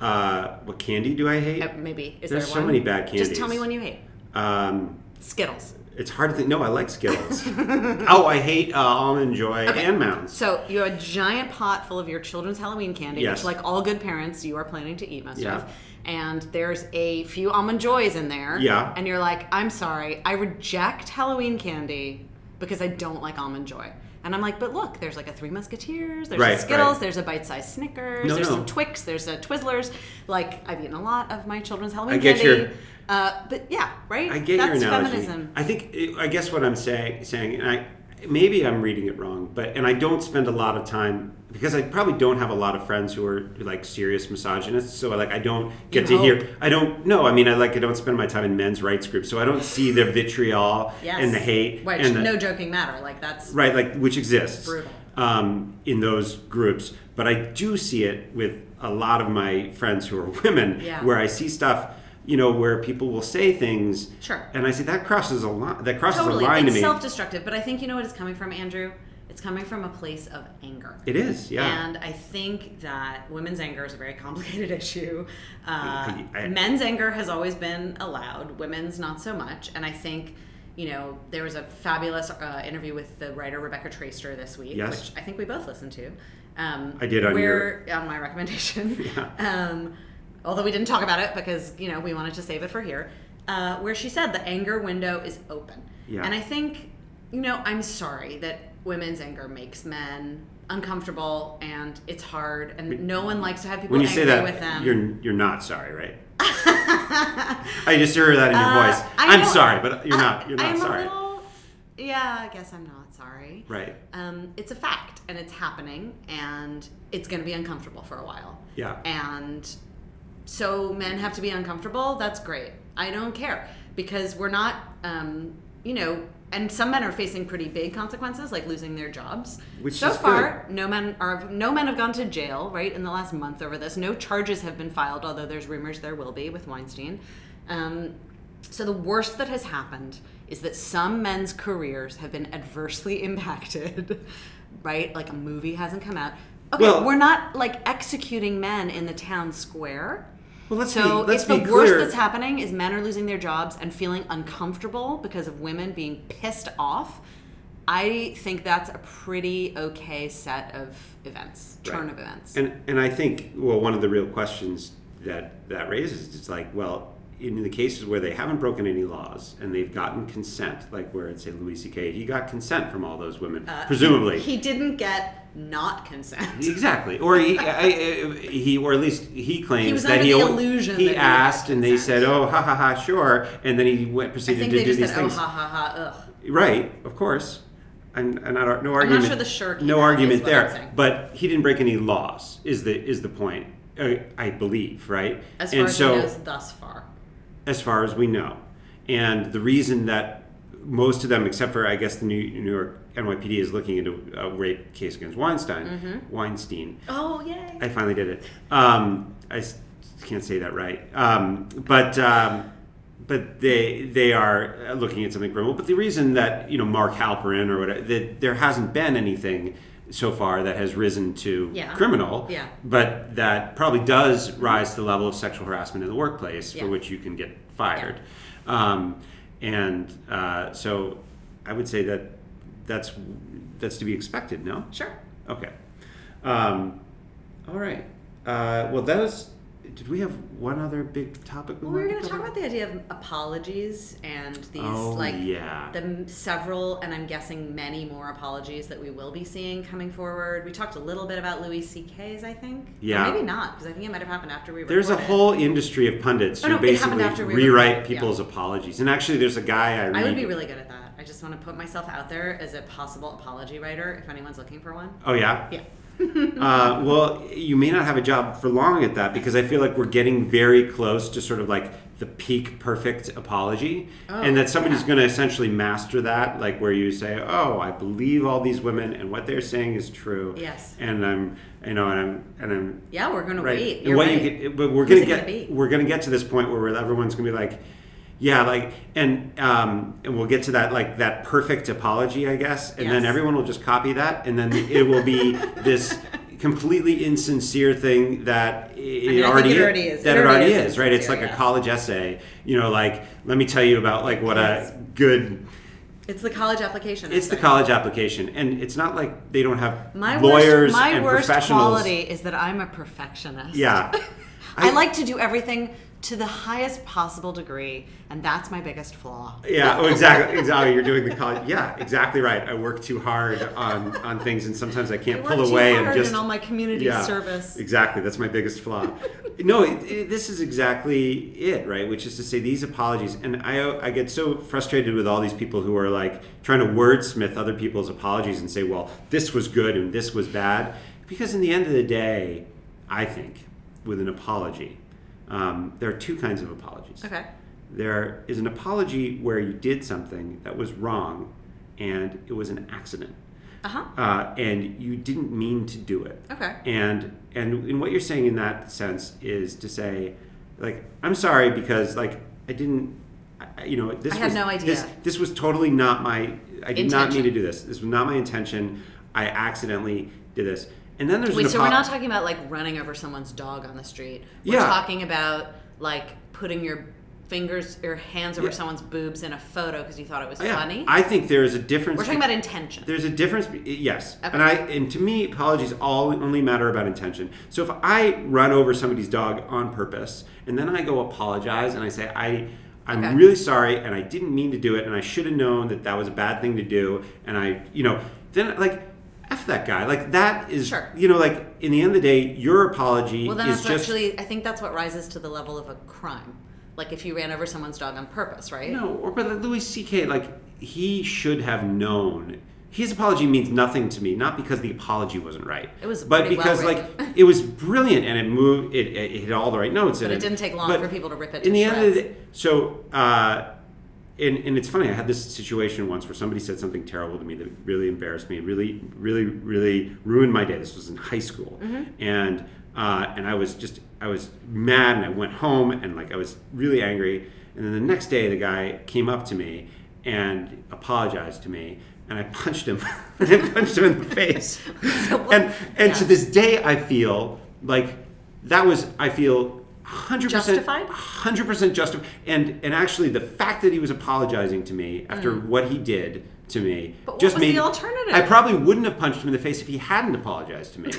Speaker 2: Uh, what candy do I hate?
Speaker 1: Uh, Maybe is
Speaker 2: There's
Speaker 1: there
Speaker 2: so
Speaker 1: one?
Speaker 2: many bad
Speaker 1: Just tell
Speaker 2: candies.
Speaker 1: me one you hate.
Speaker 2: Um,
Speaker 1: Skittles.
Speaker 2: it's hard to think. No, I like Skittles. oh, I hate uh, almond joy
Speaker 1: Okay.
Speaker 2: and mounds.
Speaker 1: So you have a giant pot full of your children's Halloween candy,
Speaker 2: Yes.
Speaker 1: which, like all good parents, you are planning to eat most
Speaker 2: Yeah.
Speaker 1: of. And there's a few almond joys in there.
Speaker 2: Yeah.
Speaker 1: And you're like, I'm sorry, I reject Halloween candy because I don't like almond joy. And I'm like, but look, there's like a Three Musketeers, there's
Speaker 2: Right,
Speaker 1: a Skittles,
Speaker 2: right.
Speaker 1: there's a bite-sized Snickers,
Speaker 2: No,
Speaker 1: there's
Speaker 2: no.
Speaker 1: some Twix, there's a Twizzlers. Like I've eaten a lot of my children's Halloween
Speaker 2: get
Speaker 1: candy.
Speaker 2: your-
Speaker 1: Uh, but yeah, right.
Speaker 2: I get
Speaker 1: That's
Speaker 2: your analogy.
Speaker 1: feminism.
Speaker 2: I think I guess what I'm saying saying and I maybe I'm reading it wrong, but and I don't spend a lot of time because I probably don't have a lot of friends who are like serious misogynists, so like I don't get to
Speaker 1: You hope.
Speaker 2: hear I don't no, I mean I like I don't spend my time in men's rights groups, so I don't see the vitriol
Speaker 1: Yes.
Speaker 2: and the hate
Speaker 1: Which,
Speaker 2: and the,
Speaker 1: no joking matter. Like that's
Speaker 2: right like which exists
Speaker 1: Brutal.
Speaker 2: um, in those groups but i do see it with a lot of my friends who are women
Speaker 1: Yeah.
Speaker 2: where i see stuff you know where people will say things
Speaker 1: Sure.
Speaker 2: and i say that crosses a line that crosses
Speaker 1: totally.
Speaker 2: a line
Speaker 1: it's
Speaker 2: to me
Speaker 1: self-destructive, but I think you know what it's coming from, Andrew. It's coming from a place of anger.
Speaker 2: it is yeah
Speaker 1: And I think that women's anger is a very complicated issue. Uh,
Speaker 2: I- I-
Speaker 1: men's anger has always been allowed, women's not so much. And I think, you know, there was a fabulous uh, interview with the writer Rebecca Traister this week,
Speaker 2: Yes.
Speaker 1: which I think we both listened to. Um,
Speaker 2: I did on
Speaker 1: where, on my recommendation. Um, although we didn't talk about it because you know we wanted to save it for here, uh, where she said the anger window is open.
Speaker 2: Yeah.
Speaker 1: And I think, you know, I'm sorry that women's anger makes men uncomfortable and it's hard and no one likes to have people
Speaker 2: when you
Speaker 1: angry
Speaker 2: say that
Speaker 1: with them.
Speaker 2: you're you're not sorry right i just hear that in your
Speaker 1: Uh,
Speaker 2: voice
Speaker 1: I
Speaker 2: i'm
Speaker 1: don't-
Speaker 2: sorry but you're
Speaker 1: I-
Speaker 2: not you're not
Speaker 1: I'm a
Speaker 2: sorry
Speaker 1: little- yeah, I guess I'm not sorry.
Speaker 2: right
Speaker 1: Um, it's a fact and it's happening and it's going to be uncomfortable for a while.
Speaker 2: yeah
Speaker 1: and so men have to be uncomfortable that's great i don't care because we're not um, you know and some men are facing pretty big consequences like losing their jobs
Speaker 2: Which
Speaker 1: so
Speaker 2: is
Speaker 1: far no men are no men have gone to jail right in the last month over this no charges have been filed although there's rumors there will be with weinstein um, so the worst that has happened is that some men's careers have been adversely impacted right like a movie hasn't come out okay
Speaker 2: Well-
Speaker 1: we're not like executing men in the town square
Speaker 2: well let's
Speaker 1: so
Speaker 2: be, let's
Speaker 1: it's the
Speaker 2: be clear
Speaker 1: worst that's happening is men are losing their jobs and feeling uncomfortable because of women being pissed off. I think that's a pretty okay set of events, turn
Speaker 2: Right.
Speaker 1: of events.
Speaker 2: And and I think well, one of the real questions that that raises is like, well, in the cases where they haven't broken any laws and they've gotten consent, like where it's say Louis C.K., he got consent from all those women, presumably.
Speaker 1: Uh, he didn't get not consent.
Speaker 2: Exactly, or he, I, I- he, or at least he claims
Speaker 1: was
Speaker 2: that
Speaker 1: under
Speaker 2: he
Speaker 1: the
Speaker 2: al-
Speaker 1: illusion
Speaker 2: he
Speaker 1: that he had
Speaker 2: asked, and they
Speaker 1: consent.
Speaker 2: said, "Oh, ha ha ha, sure," and then he went
Speaker 1: I
Speaker 2: proceeded
Speaker 1: think
Speaker 2: to
Speaker 1: they
Speaker 2: do
Speaker 1: just
Speaker 2: these
Speaker 1: said,
Speaker 2: things.
Speaker 1: "Oh, ha ha ha, ugh."
Speaker 2: Right, of course. And, and I don't, no argument.
Speaker 1: sure the sure came
Speaker 2: No
Speaker 1: out,
Speaker 2: argument
Speaker 1: is what I'm
Speaker 2: there.
Speaker 1: saying.
Speaker 2: But he didn't break any laws. Is the is the point? I, I believe, right?
Speaker 1: As far
Speaker 2: and
Speaker 1: as
Speaker 2: so,
Speaker 1: he knows, thus far.
Speaker 2: as far as we know, and the reason that most of them, except for I guess the New, New York NYPD, is looking into a rape case against Weinstein.
Speaker 1: Mm-hmm.
Speaker 2: Weinstein.
Speaker 1: Oh yay!
Speaker 2: I finally did it. Um, I s- can't say that right. Um, but um, but they they are uh, looking at something criminal. But the reason that you know Mark Halperin or whatever that there hasn't been anything so far that has risen to
Speaker 1: Yeah.
Speaker 2: criminal.
Speaker 1: Yeah.
Speaker 2: But that probably does rise to the level of sexual harassment in the workplace
Speaker 1: Yeah.
Speaker 2: for which you can get fired. Um, and uh, so I would say that that's that's to be expected. No.
Speaker 1: Sure.
Speaker 2: Okay. Um, all right. Uh, well, that was. Did we have one other big topic?
Speaker 1: Well, we were
Speaker 2: wanted
Speaker 1: going
Speaker 2: to
Speaker 1: to talk
Speaker 2: cover?
Speaker 1: about the idea of apologies and these
Speaker 2: Oh,
Speaker 1: like
Speaker 2: yeah.
Speaker 1: the m- several and I'm guessing many more apologies that we will be seeing coming forward. We talked a little bit about Louis C.K.'s, I think. Or
Speaker 2: Yeah.
Speaker 1: maybe not because I think it might have happened after we.
Speaker 2: There's a
Speaker 1: recorded.
Speaker 2: whole industry of pundits
Speaker 1: Oh,
Speaker 2: who
Speaker 1: no, it happened
Speaker 2: basically
Speaker 1: after we
Speaker 2: rewrite
Speaker 1: recorded, yeah.
Speaker 2: people's apologies. And actually, there's a guy I read.
Speaker 1: I would be really good at that. I just want to put myself out there as a possible apology writer if anyone's looking for one.
Speaker 2: oh yeah.
Speaker 1: Yeah.
Speaker 2: uh, well, you may not have a job for long at that because I feel like we're getting very close to sort of like the peak perfect apology
Speaker 1: Oh,
Speaker 2: and that somebody's
Speaker 1: yeah.
Speaker 2: going to essentially master that like where you say oh i believe all these women and what they're saying is true
Speaker 1: Yes.
Speaker 2: and i'm you know and i'm and i'm
Speaker 1: Yeah, we're gonna
Speaker 2: right
Speaker 1: wait.
Speaker 2: and
Speaker 1: You're
Speaker 2: what
Speaker 1: right.
Speaker 2: you get but we're
Speaker 1: Who's
Speaker 2: going to
Speaker 1: it gonna
Speaker 2: get
Speaker 1: be?
Speaker 2: we're going to get to this point where everyone's going to be like yeah like and um and we'll get to that like that perfect apology i guess and then
Speaker 1: Yes.
Speaker 2: everyone will just copy that and then it will be this completely insincere thing that
Speaker 1: I
Speaker 2: it,
Speaker 1: mean, I think
Speaker 2: already,
Speaker 1: it already is.
Speaker 2: that
Speaker 1: It
Speaker 2: it already,
Speaker 1: already
Speaker 2: is,
Speaker 1: is
Speaker 2: right it's
Speaker 1: insincere,
Speaker 2: like a
Speaker 1: yes.
Speaker 2: college essay you know like let me tell you about like what
Speaker 1: Yes.
Speaker 2: a good
Speaker 1: it's the college application.
Speaker 2: it's the
Speaker 1: essay.
Speaker 2: college application and it's not like they don't have
Speaker 1: My worst,
Speaker 2: lawyers
Speaker 1: my
Speaker 2: and
Speaker 1: worst
Speaker 2: professionals
Speaker 1: quality is that I'm a perfectionist.
Speaker 2: yeah
Speaker 1: I,
Speaker 2: I-
Speaker 1: like to do everything to the highest possible degree, and that's my biggest flaw.
Speaker 2: Yeah, oh, exactly, exactly. You're doing the college. Yeah, exactly right. I work too hard on on things, and sometimes I
Speaker 1: I
Speaker 2: can't pull
Speaker 1: work too
Speaker 2: away and
Speaker 1: hard
Speaker 2: just
Speaker 1: in all my community
Speaker 2: yeah,
Speaker 1: service.
Speaker 2: Exactly, that's my biggest flaw. no, it, it, this is exactly it, right? Which is to say, these apologies, and I I get so frustrated with all these people who are like trying to wordsmith other people's apologies and say, well, this was good and this was bad, because in the end of the day, I think with an apology, um, there are two kinds of apologies
Speaker 1: Okay.
Speaker 2: there is an apology where you did something that was wrong and it was an accident
Speaker 1: Uh huh.
Speaker 2: uh, and you didn't mean to do it
Speaker 1: Okay.
Speaker 2: and and in what you're saying in that sense is to say like i'm sorry because like i didn't I- you know this
Speaker 1: I had
Speaker 2: was
Speaker 1: no idea.
Speaker 2: this, this was totally not my i did not mean
Speaker 1: Intention.
Speaker 2: to do this this was not my intention i accidentally did this and then there's
Speaker 1: Wait,
Speaker 2: an
Speaker 1: so we're
Speaker 2: apo-
Speaker 1: not talking about like running over someone's dog on the street. We're
Speaker 2: Yeah.
Speaker 1: talking about like putting your fingers, your hands over
Speaker 2: Yeah.
Speaker 1: someone's boobs in a photo because you thought it was
Speaker 2: Oh, Yeah,
Speaker 1: funny.
Speaker 2: i think there is a difference
Speaker 1: we're talking about intention.
Speaker 2: There's a difference. be- Yes,
Speaker 1: Okay.
Speaker 2: and I and to me, apologies all only matter about intention. So if I run over somebody's dog on purpose and then I go apologize and I say I. I'm
Speaker 1: Okay.
Speaker 2: really sorry, and I didn't mean to do it, and I should have known that that was a bad thing to do, and I, you know, then like, f that guy, like that is,
Speaker 1: Sure.
Speaker 2: you know, like in the end of the day, your apology
Speaker 1: Well, then
Speaker 2: is
Speaker 1: that's
Speaker 2: just
Speaker 1: actually, I think that's what rises to the level of a crime. Like if you ran over someone's dog on purpose, right?
Speaker 2: No, or but like Louis C.K. like he should have known. His apology means nothing to me, not because the apology wasn't right.
Speaker 1: It was
Speaker 2: but
Speaker 1: pretty
Speaker 2: because
Speaker 1: well
Speaker 2: like it was brilliant and it moved. It, it hit all the right notes.
Speaker 1: But
Speaker 2: and
Speaker 1: it didn't take long
Speaker 2: but
Speaker 1: for people to rip it
Speaker 2: In
Speaker 1: to
Speaker 2: the end of the
Speaker 1: shreds.
Speaker 2: day, so. Uh, and, and it's funny. I had this situation once where somebody said something terrible to me that really embarrassed me, really, really, really ruined my day. This was in high school,
Speaker 1: Mm-hmm.
Speaker 2: and uh, and I was just I was mad, and I went home, and like I was really angry. And then the next day, the guy came up to me and apologized to me, and I punched him. and I punched him in the face.
Speaker 1: what-
Speaker 2: and and to
Speaker 1: yeah.
Speaker 2: this day, I feel like that was I feel. 100%
Speaker 1: Justified?
Speaker 2: hundred percent justified. And and actually, the fact that he was apologizing to me after what he did to me
Speaker 1: Mm. But what
Speaker 2: just
Speaker 1: was the
Speaker 2: made
Speaker 1: alternative?
Speaker 2: I probably wouldn't have punched him in the face if he hadn't apologized to me.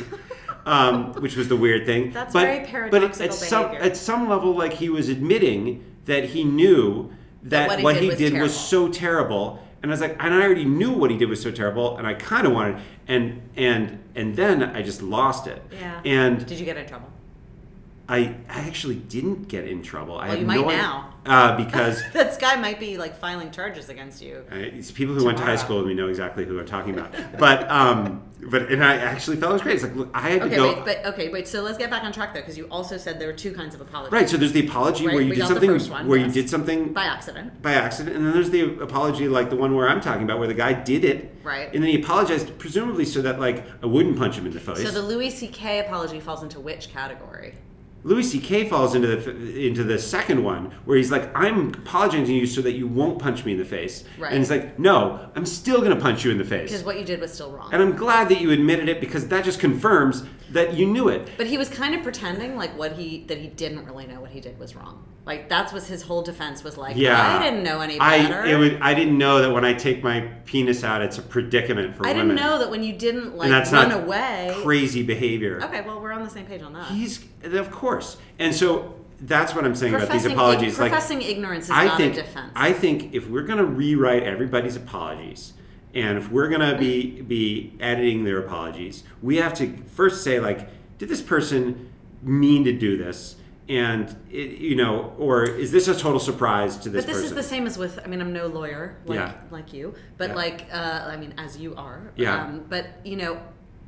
Speaker 2: Um, which was the weird thing.
Speaker 1: That's
Speaker 2: but,
Speaker 1: very
Speaker 2: But at
Speaker 1: paradoxical
Speaker 2: some
Speaker 1: behavior.
Speaker 2: at some level, like he was admitting that he knew that
Speaker 1: what he did was terrible.
Speaker 2: so terrible. And I was like, and I already knew what he did was so terrible, and I kind of wanted, and and and then I just lost it.
Speaker 1: Yeah.
Speaker 2: And
Speaker 1: Did you get in trouble?
Speaker 2: I, I actually didn't get in trouble. I
Speaker 1: Well,
Speaker 2: have
Speaker 1: you might
Speaker 2: no i-
Speaker 1: now.
Speaker 2: Uh, because
Speaker 1: this guy might be like filing charges against you.
Speaker 2: uh, it's people who went to high
Speaker 1: Tomorrow.
Speaker 2: school with me know exactly who I'm talking about. But um, but and I actually felt it was great. It's like look, I had to
Speaker 1: Okay,
Speaker 2: go.
Speaker 1: wait, but okay, wait. So let's get back on track though, because you also said there were two kinds of apologies.
Speaker 2: right. So there's the apology
Speaker 1: Right,
Speaker 2: where you
Speaker 1: we
Speaker 2: did
Speaker 1: got the
Speaker 2: something
Speaker 1: first one,
Speaker 2: where you
Speaker 1: yes.
Speaker 2: did something
Speaker 1: By accident.
Speaker 2: by accident, and then there's the apology like the one where I'm talking about where the guy did it.
Speaker 1: Right.
Speaker 2: And then he apologized presumably so that like I wouldn't punch him in the face.
Speaker 1: So the Louis C.K. apology falls into which category?
Speaker 2: Louis C.K. falls into the into the second one where he's like, "I'm apologizing to you so that you won't punch me in the face,"
Speaker 1: Right.
Speaker 2: and he's like, "No, I'm still going to punch you in the face."
Speaker 1: Because what you did was still wrong.
Speaker 2: And I'm glad that you admitted it because that just confirms that you knew it.
Speaker 1: But he was kind of pretending like what he that he didn't really know what he did was wrong. Like that was his whole defense was like,
Speaker 2: Yeah,
Speaker 1: I didn't know any better.
Speaker 2: I it would, I didn't know that when I take my penis out, it's a predicament for
Speaker 1: I
Speaker 2: women.
Speaker 1: didn't know that when you didn't like
Speaker 2: and that's
Speaker 1: run
Speaker 2: not
Speaker 1: away.
Speaker 2: crazy behavior.
Speaker 1: okay, well we're on the same page on that.
Speaker 2: He's of course, and so that's what I'm saying about these
Speaker 1: Professing-
Speaker 2: apologies. Like
Speaker 1: professing ignorance is
Speaker 2: I
Speaker 1: not
Speaker 2: think
Speaker 1: a defense.
Speaker 2: I think if we're going to rewrite everybody's apologies, and if we're going to be be editing their apologies, we have to first say like, did this person mean to do this? And it, you know, or is this a total surprise to this?
Speaker 1: but this
Speaker 2: person?
Speaker 1: is the same as with. I mean, I'm no lawyer like
Speaker 2: Yeah.
Speaker 1: like you, but
Speaker 2: Yeah.
Speaker 1: like uh, I mean, as you are.
Speaker 2: Yeah.
Speaker 1: Um, but you know,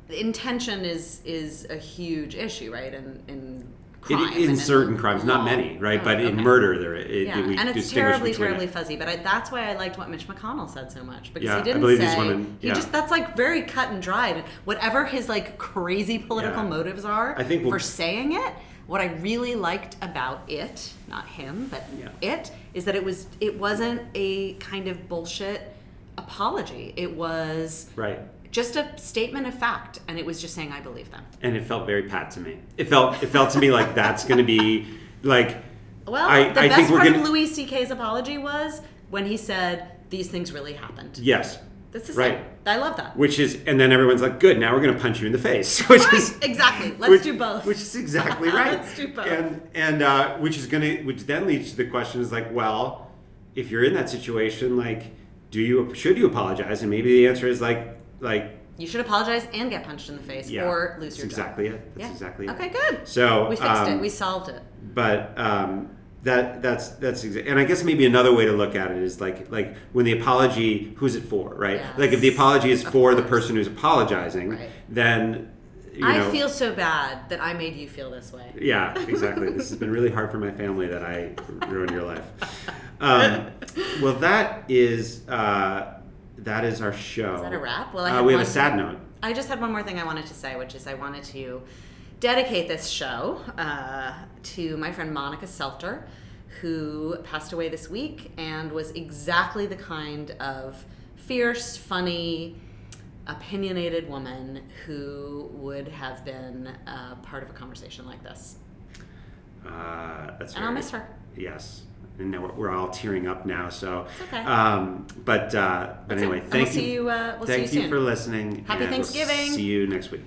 Speaker 1: the intention is is a huge issue, right? And in crime.
Speaker 2: in
Speaker 1: and
Speaker 2: certain crimes, not
Speaker 1: law.
Speaker 2: many, right?
Speaker 1: Oh,
Speaker 2: but in
Speaker 1: okay.
Speaker 2: murder, there it, it-
Speaker 1: Yeah,
Speaker 2: we
Speaker 1: and it's
Speaker 2: distinguish
Speaker 1: terribly,
Speaker 2: between it.
Speaker 1: terribly fuzzy. But I, that's why I liked what Mitch McConnell said so much because
Speaker 2: Yeah, I
Speaker 1: he didn't
Speaker 2: believe
Speaker 1: say
Speaker 2: he's one in-
Speaker 1: he
Speaker 2: yeah.
Speaker 1: just that's like very cut and dried. Whatever his like crazy political
Speaker 2: Yeah.
Speaker 1: motives are,
Speaker 2: I think we'll-
Speaker 1: for saying it. What I really liked about it, not him, but
Speaker 2: Yeah.
Speaker 1: it, is that it was it wasn't a kind of bullshit apology. It was
Speaker 2: Right.
Speaker 1: just a statement of fact, and it was just saying I believe them.
Speaker 2: And it felt very pat to me. It felt it felt to me like that's going to be like.
Speaker 1: Well,
Speaker 2: I,
Speaker 1: the
Speaker 2: I
Speaker 1: best
Speaker 2: think we're
Speaker 1: part
Speaker 2: gonna-
Speaker 1: of Louis C.K.'s apology was when he said these things really happened.
Speaker 2: Yes.
Speaker 1: That's the
Speaker 2: right.
Speaker 1: same. I love that.
Speaker 2: Which is, and then everyone's like, "Good, now we're going to punch you in the face," which is
Speaker 1: exactly. Let's
Speaker 2: which-
Speaker 1: do both.
Speaker 2: Which is exactly right.
Speaker 1: Let's do both.
Speaker 2: And and uh, which is gonna which then leads to the question is like, well, if you're in that situation, like, do you should you apologize? And maybe the answer is like like
Speaker 1: you should apologize and get punched in the face
Speaker 2: yeah,
Speaker 1: or lose
Speaker 2: that's
Speaker 1: your job.
Speaker 2: exactly it. That's
Speaker 1: Yeah.
Speaker 2: exactly
Speaker 1: Okay,
Speaker 2: it.
Speaker 1: good.
Speaker 2: So
Speaker 1: We fixed
Speaker 2: um,
Speaker 1: it. We solved it.
Speaker 2: but um, that that's that's exa- and I guess maybe another way to look at it is like like when the apology who's it for right like if the
Speaker 1: Yes.
Speaker 2: apology is
Speaker 1: Of
Speaker 2: for the
Speaker 1: course.
Speaker 2: person who's apologizing
Speaker 1: Right.
Speaker 2: then you
Speaker 1: I
Speaker 2: know,
Speaker 1: feel so bad that I made you feel this way.
Speaker 2: yeah exactly this has been really hard for my family that I ruined your life um, well that is uh, that is our show
Speaker 1: Is that a wrap? Well, I
Speaker 2: uh,
Speaker 1: had
Speaker 2: we have a
Speaker 1: one-
Speaker 2: sad note
Speaker 1: I just had one more thing I wanted to say, which is I wanted to dedicate this show uh, to my friend Monica Selter, who passed away this week and was exactly the kind of fierce, funny, opinionated woman who would have been uh, part of a conversation like this.
Speaker 2: uh, that's
Speaker 1: And I'll
Speaker 2: very-
Speaker 1: miss her.
Speaker 2: Yes. And now we're, we're all tearing up now. So,
Speaker 1: It's okay.
Speaker 2: um, but uh, but
Speaker 1: That's it.
Speaker 2: anyway,
Speaker 1: And
Speaker 2: thank
Speaker 1: we'll see you, uh, we'll see
Speaker 2: thank
Speaker 1: you
Speaker 2: you
Speaker 1: soon.
Speaker 2: for listening.
Speaker 1: Happy
Speaker 2: and we'll
Speaker 1: Thanksgiving.
Speaker 2: see you next week.